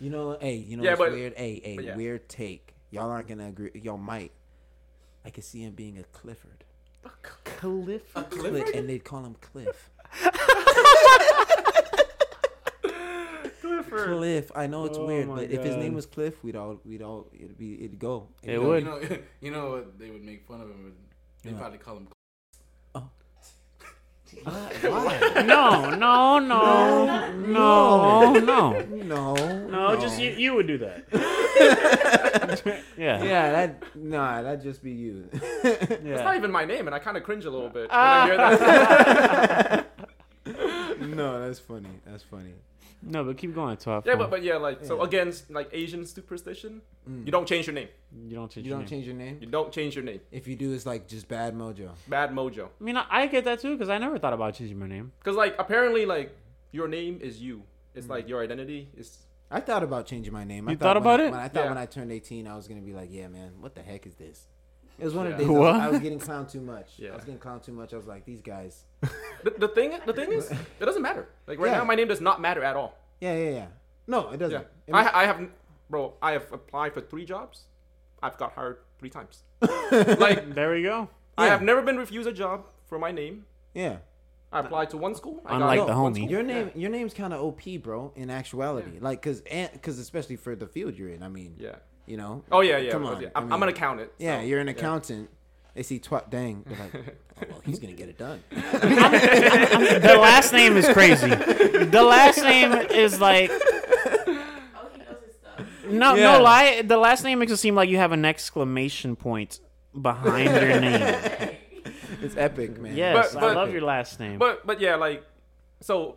You know, hey, you know
Yeah,
what's
but-
weird? Hey, hey,
yeah.
weird take. Y'all aren't gonna agree. Y'all might. I could see him being a Clifford.
Cliff.
Cliff, and they'd call him Cliff.
Clifford.
Cliff. I know it's
Oh
weird,
my
but if his name
God.
was Cliff, we'd all, we'd all, it'd be, it'd go.
It
You
would.
know, you know what they would make fun of him. Would, they
Yeah.
probably call him.
Why?
No, no, no, no, no.
no.
No, just you, you would do that. yeah.
Yeah, that nah, that'd just be you.
It's
Yeah.
not even my name, and I kind of cringe a little bit when I hear that.
no, that's funny. That's funny.
No, but keep going, Top.
yeah, but, but yeah, like so
Yeah.
again, s- like Asian superstition, you don't change your name.
you don't change.
You
your
don't
name.
change your name.
You don't change your name.
If you do, it's like just bad mojo.
Bad mojo.
I mean, I, I get that too because I never thought about changing my name.
Because like apparently, like your name is you. It's like your identity is.
I thought about changing my name. I
You thought about
when I-
it?
when I thought
Yeah.
when I turned 18, I was gonna be like, yeah, man, what the heck is this? It was one of
Yeah.
the days I was- I
What?
was getting clowned too much. I
Yeah.
was getting clowned too much. I was like, these guys.
The, the thing, the thing is, it doesn't matter. Like right
Yeah.
now, my name does not matter at all.
Yeah, yeah, yeah. No, it doesn't.
Yeah,
It
I,
ma-
I have, bro. I have applied for three jobs. I've got hired three times. like
There we go.
I
Yeah.
have never been refused a job for my name.
yeah.
I applied to one school. I got
Unlike
no,
the
once-
homie.
Your name, your name's kind of OP, bro. In actuality, like, cause, and, cause especially for the field you're in. I mean,
Yeah.
You know.
Oh yeah, yeah.
Come
of course,
on.
yeah.
I
I'm, I'm
mean-
gonna count it.
Yeah,
so.
you're an accountant. They see twat dang. They're like, oh, well, he's gonna get it done.
the last name is crazy. The last name is like
Oh, he knows his stuff.
no
Yeah.
no lie. The last name makes it seem like you have an exclamation point behind your name.
It's epic, man.
Yes,
But- but-
I love your last name.
But but yeah, like so.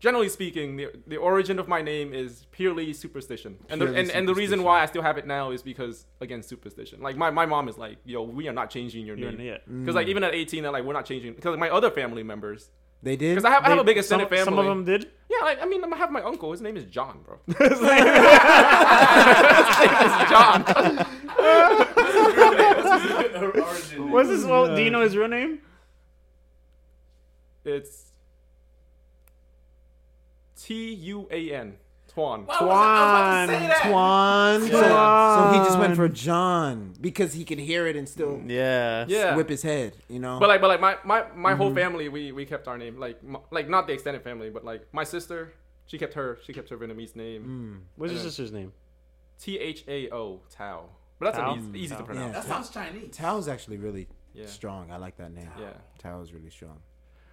Generally speaking, the, the origin of my name is purely superstition, and the,
Purely
and, and the reason
superstition.
why I still have it now is because again superstition. Like my, my mom is like, yo, we are not changing your
Your
name.
name.
Because
Mm.
like even at 18, they're like, we're not changing. Because my other family members,
They did.
because I have I have a
They-
big extended
some,
family.
Some of them did.
Yeah, like, I mean, I have my uncle. His name is John, bro. His name is John.
What's his? Well, do you know his real name?
It's T U A N. Tuan.
Twan.
Twan. So, so he just went for John because he could hear it and still
Yeah.
Yeah.
whip his head. You know.
But like, but like my my, my
Mm-hmm.
whole family, we we kept our name. Like m like not the extended family, but like my sister, she kept her she kept her Vietnamese name.
Mm.
What's your sister's name?
T H A O Tao. But that's
Tao?
an easy, easy to pronounce.
yeah,
That sounds Chinese.
Tao's actually really
Yeah.
strong. I like that name.
Yeah.
Tao is really strong.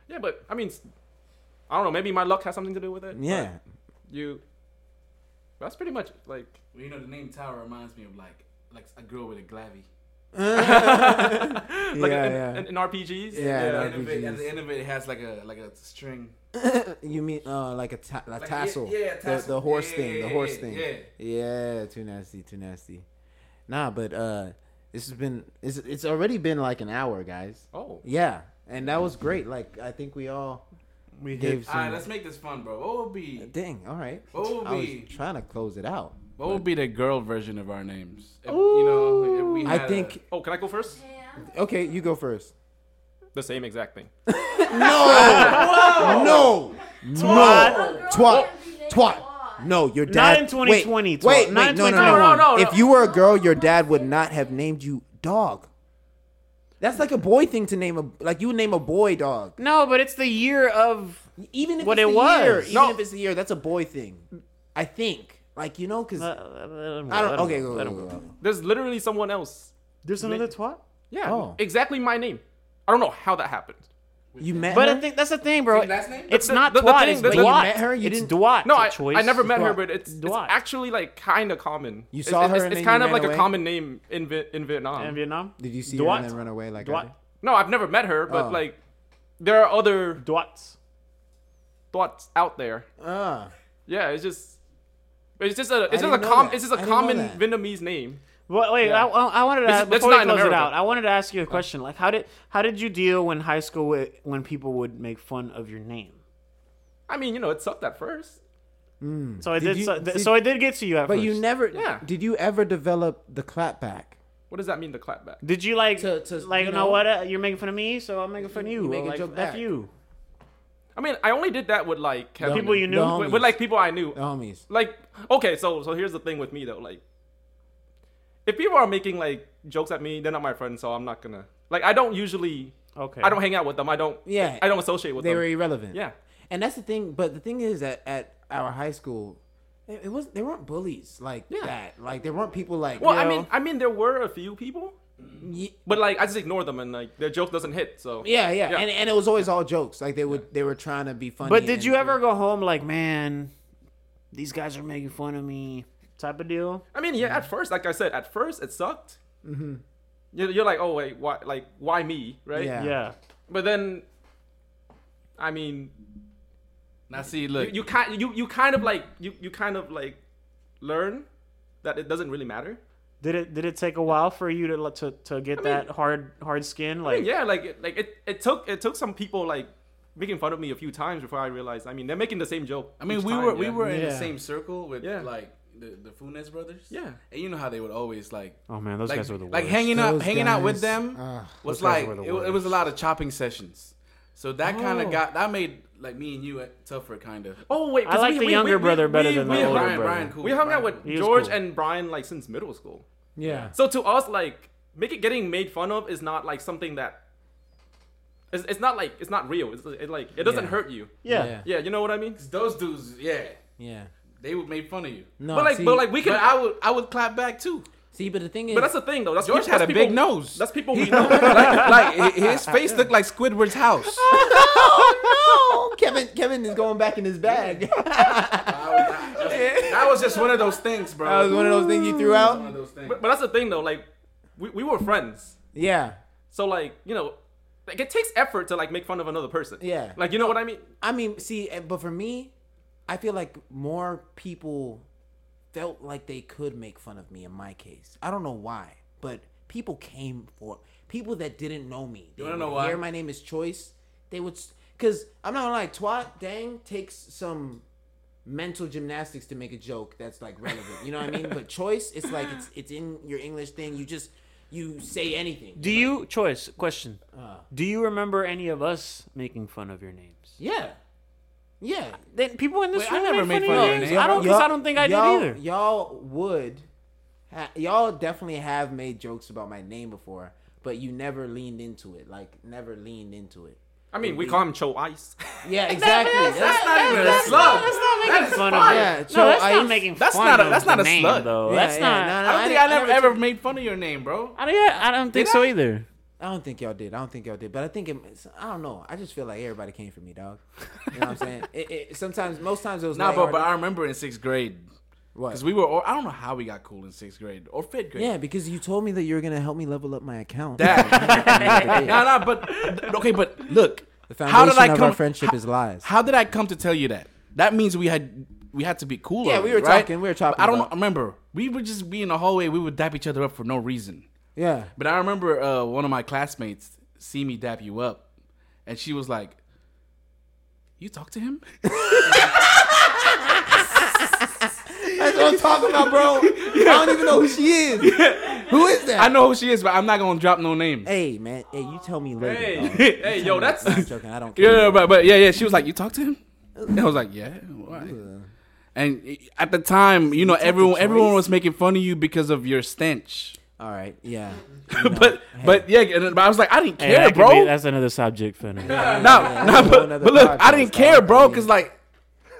Yeah. but I mean, s- I don't know. Maybe my luck has something to do with it. but
Yeah.
You. That's pretty much like.
Well, you know, the name Tower reminds me of like like a girl with a glavy.
Like
yeah,
in,
yeah.
In, in RPGs.
Yeah, in
End of it- At
RPGs.
the end of it, it has like a like a string.
you mean uh, like a, ta- a
yeah,
tassel?
yeah, a
The, the
tassel.
horse
Yeah,
thing.
yeah,
the
yeah,
horse
yeah,
thing.
yeah.
Yeah, too nasty, too nasty. Nah, but uh, this has been it's it's already been like an hour, guys.
Oh.
Yeah, and that was great. Like I think we all
We
gave
All right,
some.
let's make this fun, bro. What would be
Dang, all right.
What would
I was
be-
trying to close it out.
what would be the girl version of our names? If, you know, if we
I
had a-
think.
Oh, can I go first?
Pam,
Okay, you go first.
The same exact thing.
No,
Twat.
no, twat,
Twat.
twat.
Twat.
No, your dad.
Not in
wait,
2020,
Wait,
twat.
wait,
Not in
no, no, no, no,
2021.
No, no, no.
If you were a girl, your dad would not have named you dog. That's like a boy thing to name a like you would name a boy dog.
No, but it's the year of.
even if
What
it's
it
the year,
was.
even
No.
if it's the year, that's a boy thing. I think, like you know, because
Uh, uh, let him go,
I
let
don't.
him
Okay,
go,
go,
let
go,
him
go,
go.
go.
There's literally someone else.
There's another twat.
Yeah,
Oh.
exactly my name. I don't know how that happened.
You met
But
her?
I think that's the thing, bro.
Same last name?
It's
The-
not
the- the
twat.
thing-
it's
the-
Dwight.
the- you
met her, you
it's
didn't-
Dwight.
No,
It's a
I,
choice.
I never met her,
Dwight.
but it's, it's
Dwight.
actually like kind of common.
You
It's-
saw
it's,
her
It's,
and
it's
then
kind
you
of
ran
like
away?
a common name in Vi- in Vietnam.
in Vietnam.
Did you see her
Dwight.
and then run away like
Dwight.
I did?
no, I've never met her, but
Oh.
like there are other
Dwight's.
thoughts out there.
Ah,
Yeah, it's just. It's just a it's just
didn't
a
know
com
that.
it's just
I
a
didn't know
common
that.
Vietnamese name.
Well, wait,
Yeah.
I, I I wanted to
This-
ask,
that's
before we
not in
close it
America. Oh.
out. I wanted to ask you a question. Like, how did how did you deal when high school wi- when people would make fun of your name?
I mean, you know, it sucked at first.
So I
Did
did.
you-
so, th-
did-
so I did get to you at
But
first.
you never.
Yeah.
Did you ever develop the clap back?
What does that mean? The clap back.
did you like
To- to,
like
you
you
know-
know what? Uh, you're making fun of me, so I'm making fun of you.
You make
or,
a
like,
joke
F
back.
you.
I mean, I only did that with like Kevin
People
and-
you
The
knew?
homies.
with, with like people I knew.
the homies.
Like okay, so so here's the thing with me though. Like, if people are making like jokes at me, they're not my friends, so I'm not gonna like. I don't usually.
Okay.
I don't hang out with them. I don't.
Yeah.
I don't associate with
They
them.
were irrelevant.
yeah.
And that's the thing. But the thing is that at our high school, it, it was they weren't bullies like
Yeah.
that. Like there weren't people like.
Well, I
yo,
mean, I mean, there were a few people,
ye-
but like I just ignore them and like their joke doesn't hit. So
yeah, yeah,
Yeah.
And and it was always all jokes. Like they would they were trying to be funny.
But did
and-
you ever go home like, man, these guys are making fun of me, type of deal?
I mean, yeah. At first, like I said, at first it sucked. Mm-hmm. You're, you're like, oh wait, why? Like why me? Right?
Yeah.
Yeah.
But then, I mean,
Now see, look,
you, you kind you you kind of like you you kind of like learn that it doesn't really matter.
Did it did it take a while for you to to, to get that hard hard skin? Like,
And yeah, like it- like it, it took it took some people like making fun of me a few times before I realized. I mean, they're making the same joke.
I mean,
each
we
time,
were we
yeah.
were in the
Yeah.
same circle with
Yeah.
like the the Funes brothers.
Yeah.
and you know how they would always like.
oh man, those
like,
guys were the worst.
like hanging out,
Those
hanging out with
guys,
them
ah,
was
those guys
like
were the
it, it was a
worst.
lot of chopping sessions. So that kind
Oh.
of got that made like me and you uh, tougher kind of.
Oh wait,
I
'cause
like
we-
the
we-
younger
we-
brother better
we-
than the
we
older
hung-
Brian,
brother.
Brian, cool.
We hung out
Brian,
with
He was
George
cool.
and Brian like since middle school.
Yeah.
So to us, like, make it getting made fun of is not like something that. It's, it's not like it's not real. It's it, like it doesn't
Yeah.
hurt you.
yeah.
Yeah.
Yeah, you know what I mean.
Those dudes, yeah,
Yeah.
they would make fun of you.
No.
but like,
see,
but like we can.
But I would, I would clap back too.
see, but the thing is,
but that's the thing though. That's
George
peop-
had a
that's
big
people-
nose.
That's people we
He-
know.
like, like hi- his face looked like Squidward's house.
oh, Kevin Kevin is going back in his bag.
That was just one of those things, bro.
that was one of those things you threw out.
those things.
but, but that's the thing though. Like, we, we were friends.
Yeah.
So like, you know, like it takes effort to like make fun of another person.
Yeah.
Like you know what I mean?
I mean, see, and- but for me, I feel like more people felt like they could make fun of me in my case. I don't know why, but people came for people that didn't know me. They
wanna know
would
why?
Hear my name is Choice. They would, because I'm not gonna lie, Twat Dang takes some mental gymnastics to make a joke that's like relevant. You know what I mean? But Choice, it's like it's it's in your English thing. You just you say anything.
Do you choice question? do you remember any of us making fun of your names?
Yeah. Yeah.
Then people in this
Wait, I
room
never
made
made
fun of your names. I don't because I don't think I did
y'all-
either.
Y'all would, ha, y'all definitely have made jokes about my name before, but you never leaned into it. Like never leaned into it.
I mean, we call him Cho Ice.
Yeah, exactly.
That's not even a
that's-
slug.
That's not making
That is
fun
fire.
of
Yeah,
it.
Joe
No, that's
Ice-
not making
That's
fun
not a-
of
that's not
the
a
name,
slut.
though.
Yeah,
that's
yeah,
not.
no, no,
I don't think I never ever
took-
made fun of your name, bro.
I don't, yeah, I don't think
Did
so
I?
either.
I don't think y'all did. I don't think y'all did. But I think it, I don't know. I just feel like everybody came for me, dog. You know what I'm saying? It, it, sometimes, most times it was
Nah, but, but I
lighthearted.
remember in sixth grade
What?
because we were. Or, I don't know how we got cool in sixth grade or fifth grade.
yeah, because you told me that you were gonna help me level up my account.
That. nah, nah, but th- okay, but look,
the
how
foundation
did I
of
come?
our friendship
how,
is lies.
How did I come to tell you that? That means we had we had to be cool.
Yeah,
over
we were
it, right?
talking- we were talking
But I don't
about-
remember. We would just be in the hallway. We would dap each other up for no reason.
yeah.
But I remember uh, one of my classmates see me dap you up, and she was like, "You talk to him?"
That's what I'm talking about, bro. I don't even know who she is. Who is that?
I know who she is, but I'm not gonna drop no name.
Hey, man. Hey, you tell me later.
hey,
dog.
hey, yo, that's
I'm joking. I don't
Yeah,
care.
yeah, but but yeah, yeah. She was like, "You talk to him?" And I was like, "Yeah, why?" And at the time, you know, everyone everyone was making fun of you because of your stench.
All right. Yeah.
but but yeah, and, but I was like, I didn't
Hey,
care,
that could
bro.
be- that's another subject for another.
no, no,
whole
but,
nother
but look, I
podcast,
didn't
dog.
care,
I
bro,
mean-
because like,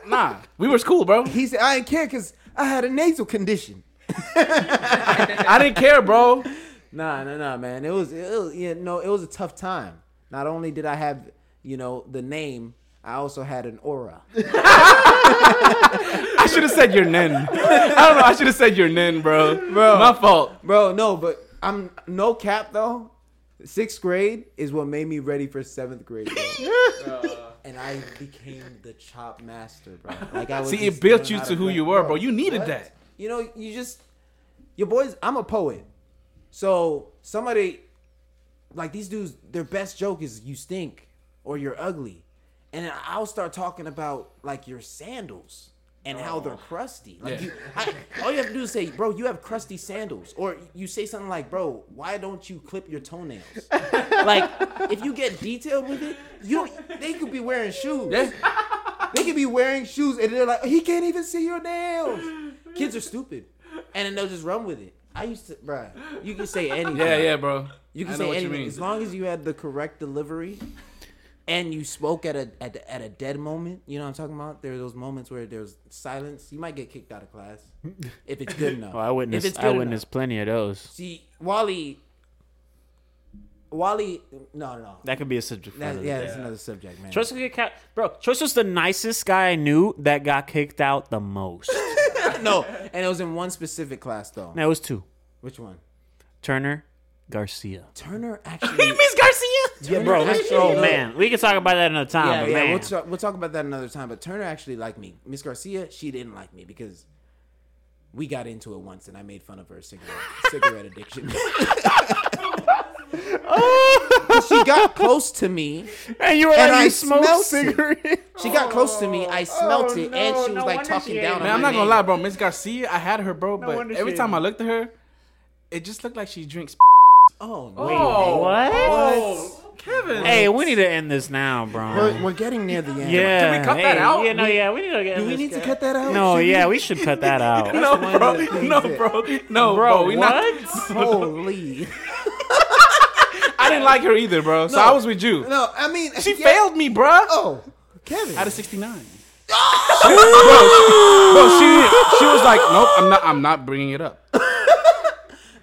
nah, we was cool, bro.
He said, I didn't care because I had a nasal condition.
I didn't care, bro.
Nah, nah, nah, man. It was, it was, you know, it was a tough time. Not only did I have, you know, the name, I also had an aura.
I should have said your nin. I don't know. I should have said your nin, bro. Bro, my fault.
Bro, no, but I'm no cap though. Sixth grade is what made me ready for seventh grade, bro. and I became the chop master, bro. Like I was
See,
just
it built
learning
you
how
to who
rap,
you were, bro. You needed
What?
that.
You know, you just your boys. I'm a poet, so somebody like these dudes, their best joke is you stink or you're ugly, and I'll start talking about like your sandals. and how they're crusty. Like
Oh. Yeah.
you, I, all you have to do is say, "Bro, you have crusty sandals," or you say something like, "Bro, why don't you clip your toenails?" like if you get detailed with it, you don't, they could be wearing shoes. They could be wearing shoes and they're like, "He can't even see your nails." Kids are stupid, and then they'll just run with it. I used to, bruh. You can say anything.
Yeah, yeah, bro.
You can
I know
say
what you
anything
mean.
as long as you had the correct delivery, and you spoke at a at, a- at a dead moment. You know what I'm talking about? There are those moments where there's silence. You might get kicked out of class if it's good enough.
Oh, I
If
witnessed,
it's
I
good
witnessed plenty of those.
enough. See, Wally. Wally, no, no, no.
That could be a subject. for
That,
another
yeah,
day.
that's another subject, man.
Choice get ca- bro. Choice was the nicest guy I knew that got kicked out the most.
no, and it was in one specific class though.
no, it was two.
Which one?
Turner Garcia.
Turner actually.
Garcia. Yeah, bro.
Turner
let's-
actually-
oh man, we can talk about that another time.
Yeah,
but
yeah,
man.
we'll talk, we'll talk about that another time. But Turner actually liked me. Miss Garcia, she didn't like me because we got into it once, and I made fun of her cigarette cigarette addiction. she got close to me.
and you were
And
like,
I
you smoke
smelt it.
cigarettes.
She got close to me. I smelt it, and
no,
she was
no
like
wonder
talking
she
down.
ain't-
Man,
on
I'm
my
not gonna
name.
lie, bro. Miss Garcia, I had her, bro, but
wonder
every
she
time
ain't-
I looked at her, it just looked like she drinks.
Oh, no.
Oh, what?
Kevin.
Hey, we need to end this now, bro.
We're, we're getting near the end.
yeah.
Can we cut
hey,
that out?
Yeah, no, yeah, we need to get.
Do we
this
need to
guy-
cut that out?
No,
Should we?
yeah, we should cut that out.
No,
That's one of
bro.
the things
No,
that-
bro. No, bro.
bro,
We
what?
not.
Holy.
I didn't like her either, bro. So
No.
I was with you.
No, I mean
She
yeah.
failed me, bro.
Oh, Kevin.
Out of 69. bro, she, bro, she she was like, nope, I'm not. I'm not bringing it up.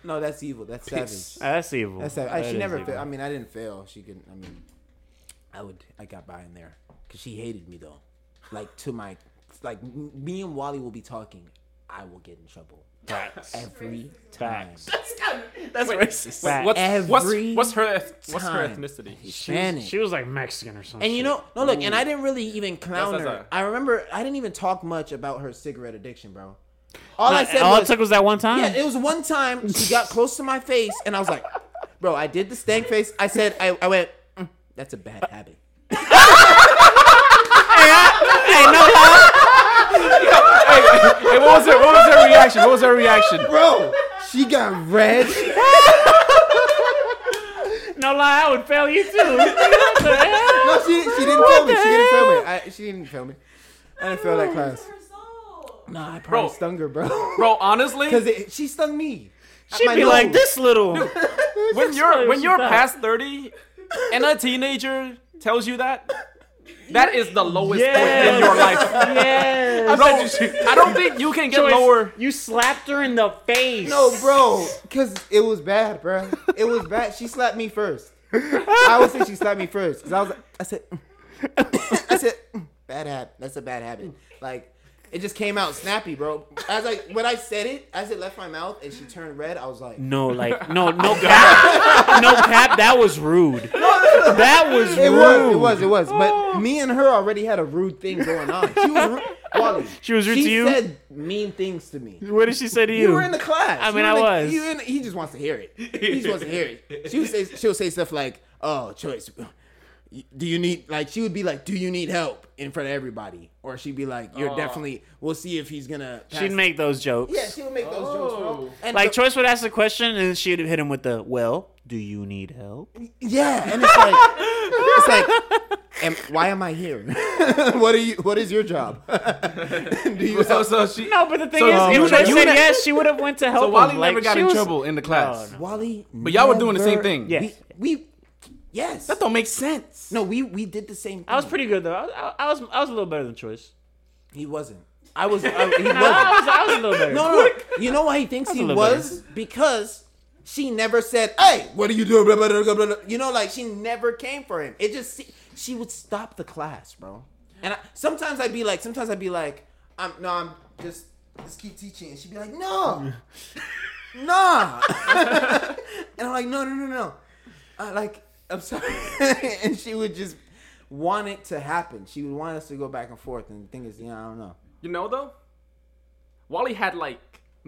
No, that's evil. That's savage.
Ah, that's evil.
That's how, I,
That
she
is
never.
evil.
Fa- I mean, I didn't fail. She could. I mean, I would. I got by in there because she hated me though. Like to my, like m- me and Wally will be talking. I will get in trouble every time.
That's racist.
Fact.
what's, what's,
Every
what's her eth- what's her
time.
ethnicity?
Hispanic.
She was like Mexican or something.
and you know, no, look, and I didn't really even clown
That's- that's
her.
her.
I remember I didn't even talk much about her cigarette addiction, bro. All I said
all
was,
it took was that one time.
Yeah, it was one time she got close to my face, and I was like, "Bro, I did the stank face." I said, "I, I went, "Mm, that's a bad habit."
Hey, what was her? What was her reaction? What was her reaction?
Bro, she got red.
no lie, I would fail you too. What the hell?
No, she, she didn't film it. She didn't film it. I, she didn't film it. I didn't film that class. Nah, I probably
Bro.
stung her, bro.
Bro, honestly,
Because she stung me.
She'd be like this little.
when you're when
she
you're
thought.
past 30 and a teenager tells you that that is the lowest point in
Yes.
your life.
Yeah.
Bro, I don't think you can get lower.
You slapped her in the face.
No, bro. Because it was bad, bro. It was bad. She slapped me first. I would say she slapped me first. Because I was like, I said, mm. I said, mm, bad habit. That's a bad habit. Like, it just came out snappy, bro. As like when I said it, as it left my mouth and she turned red, I was like,
No, like no, no cap, no cap. That was rude. That was Oh. rude.
It was, it was, it was. But me and her already had a rude thing going on. She was rude. Wally,
She was rude
she
to you?
said mean things to me.
What did she say to you?
You were in the class.
I
You
mean,
were
I
in the-
was.
You in, he just wants to hear it. He just wants to hear it. She would say, she'll say stuff like, "Oh, choice, do you need?" Like she would be like, "Do you need help?" in front of everybody, or she'd be like, "You're definitely." We'll see if he's gonna. Pass.
Oh. She'd make those jokes.
Yeah, she would make those jokes, bro. And
like
the-
Choice would ask a question, and then she'd hit him with the, "Well, do you need help?"
yeah, and it's like, it's like. Am, why am I here? what are you? What is your job? Do you
So, so she.
No, but the thing
So
is,
you
if Choice
ne- you
said
ne-
yes, she would have went to help
So Wally
him. Like,
never got
she
in
was-
trouble in the class.
No,
Wally. But
y'all were doing the same thing.
Yeah, We,
Yes.
we- yes.
That don't make sense.
no, we we did the same. Thing.
I was pretty good though. I, I, I was I was a little better than Choice.
He wasn't. I was. I, he
No, I
wasn't.
was, I was a little better.
No, no, no. You know why he thinks
was
he
a little
was? Because she never said, "Hey, what are you doing?" Blah, blah, blah, blah, blah, blah. You know, like she never came for him. It just se- she would stop the class, bro. And I, sometimes I'd be like, sometimes I'd be like, "I'm no, I'm just just keep teaching." And she'd be like, "No, nah," and I'm like, "No, no, no, no." I like, I'm sorry, and she would just want it to happen. She would want us to go back and forth. And the thing is, you know, I don't know.
You know though, Wally had like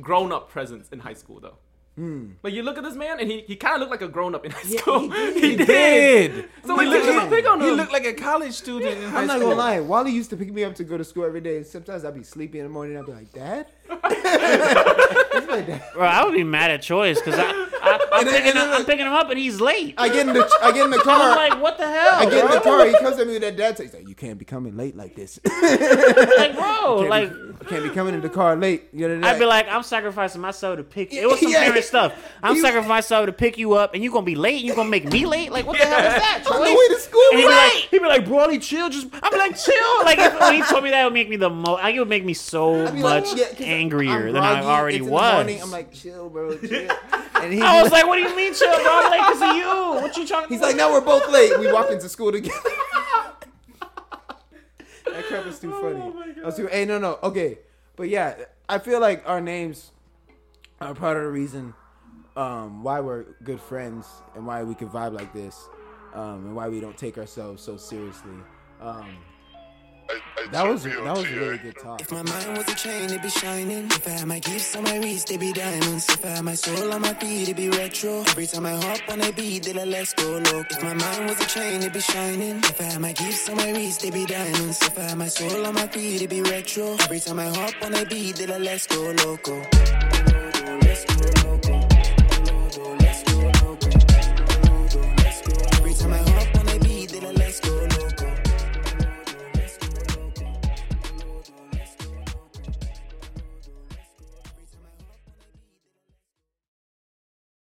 grown up presence in high school though.
Hmm.
Like you look at this man, and he, he kind of looked like a grown up in high
Yeah,
school.
he did.
He did.
So like, you
did.
don't pick on
He
him.
looked like a college student in high
I'm not
school.
gonna lie. Wally used to pick me up to go to school every day. Sometimes I'd be sleepy in the morning. I'd be like, "Dad, It's my dad.
Bro, I would be mad at Choice because I, I, I'm,
And then-
picking
and then
him, I'm
look-
picking him up and he's late.
I get in the I get in the
I'm
car.
like, what the hell?
I get in the
bro?
car. He comes at me with that dad text. Like, you can't be coming late like this.
Like, bro, like,
I can't be coming in the car late. You know,
I'd be like, I'm sacrificing myself to pick you. It was some
Yeah.
parent stuff. I'm
You-
sacrificing myself to pick you up, and you're going to be late, and you're going to make me late? Like, what the hell is that,
on the
Choice?
way to school.
And he'd be
Like,
like, he'd be like, Broly, chill. Just, I'd be like, chill. Like, if, when he told me that, it would make me the most. Like, it would make me so
I'd be like,
much
yeah, 'cause I'm
angrier than I
groggy.
already
It's in the
was.
morning. I'm like, chill, bro. Chill. And he,
I was like, what do you mean, chill? Bro, I'm late because of you. What you talking?
he's
about?
like, now we're both late. We walk into school together. that crap was too funny. I was too. Hey, no, no. Okay, but yeah, I feel like our names are part of the reason um, why we're good friends and why we can vibe like this um, and why we don't take ourselves so seriously. Um,
I, I
that
turn
was
me on
that was a
TA.
really good talk.
If my mind was a chain, it'd be shining. If I had my gifts on my wrist, they be diamonds. If I had my soul on my feet, it'd be retro. Every time I hop on a beat, they like, let's go low. If my mind was a chain, it'd be shining. If I had my gifts on my wrist, they be diamonds. If I had my soul on my feet, it'd be retro. Every time I hop on a beat, they like, let's go loco.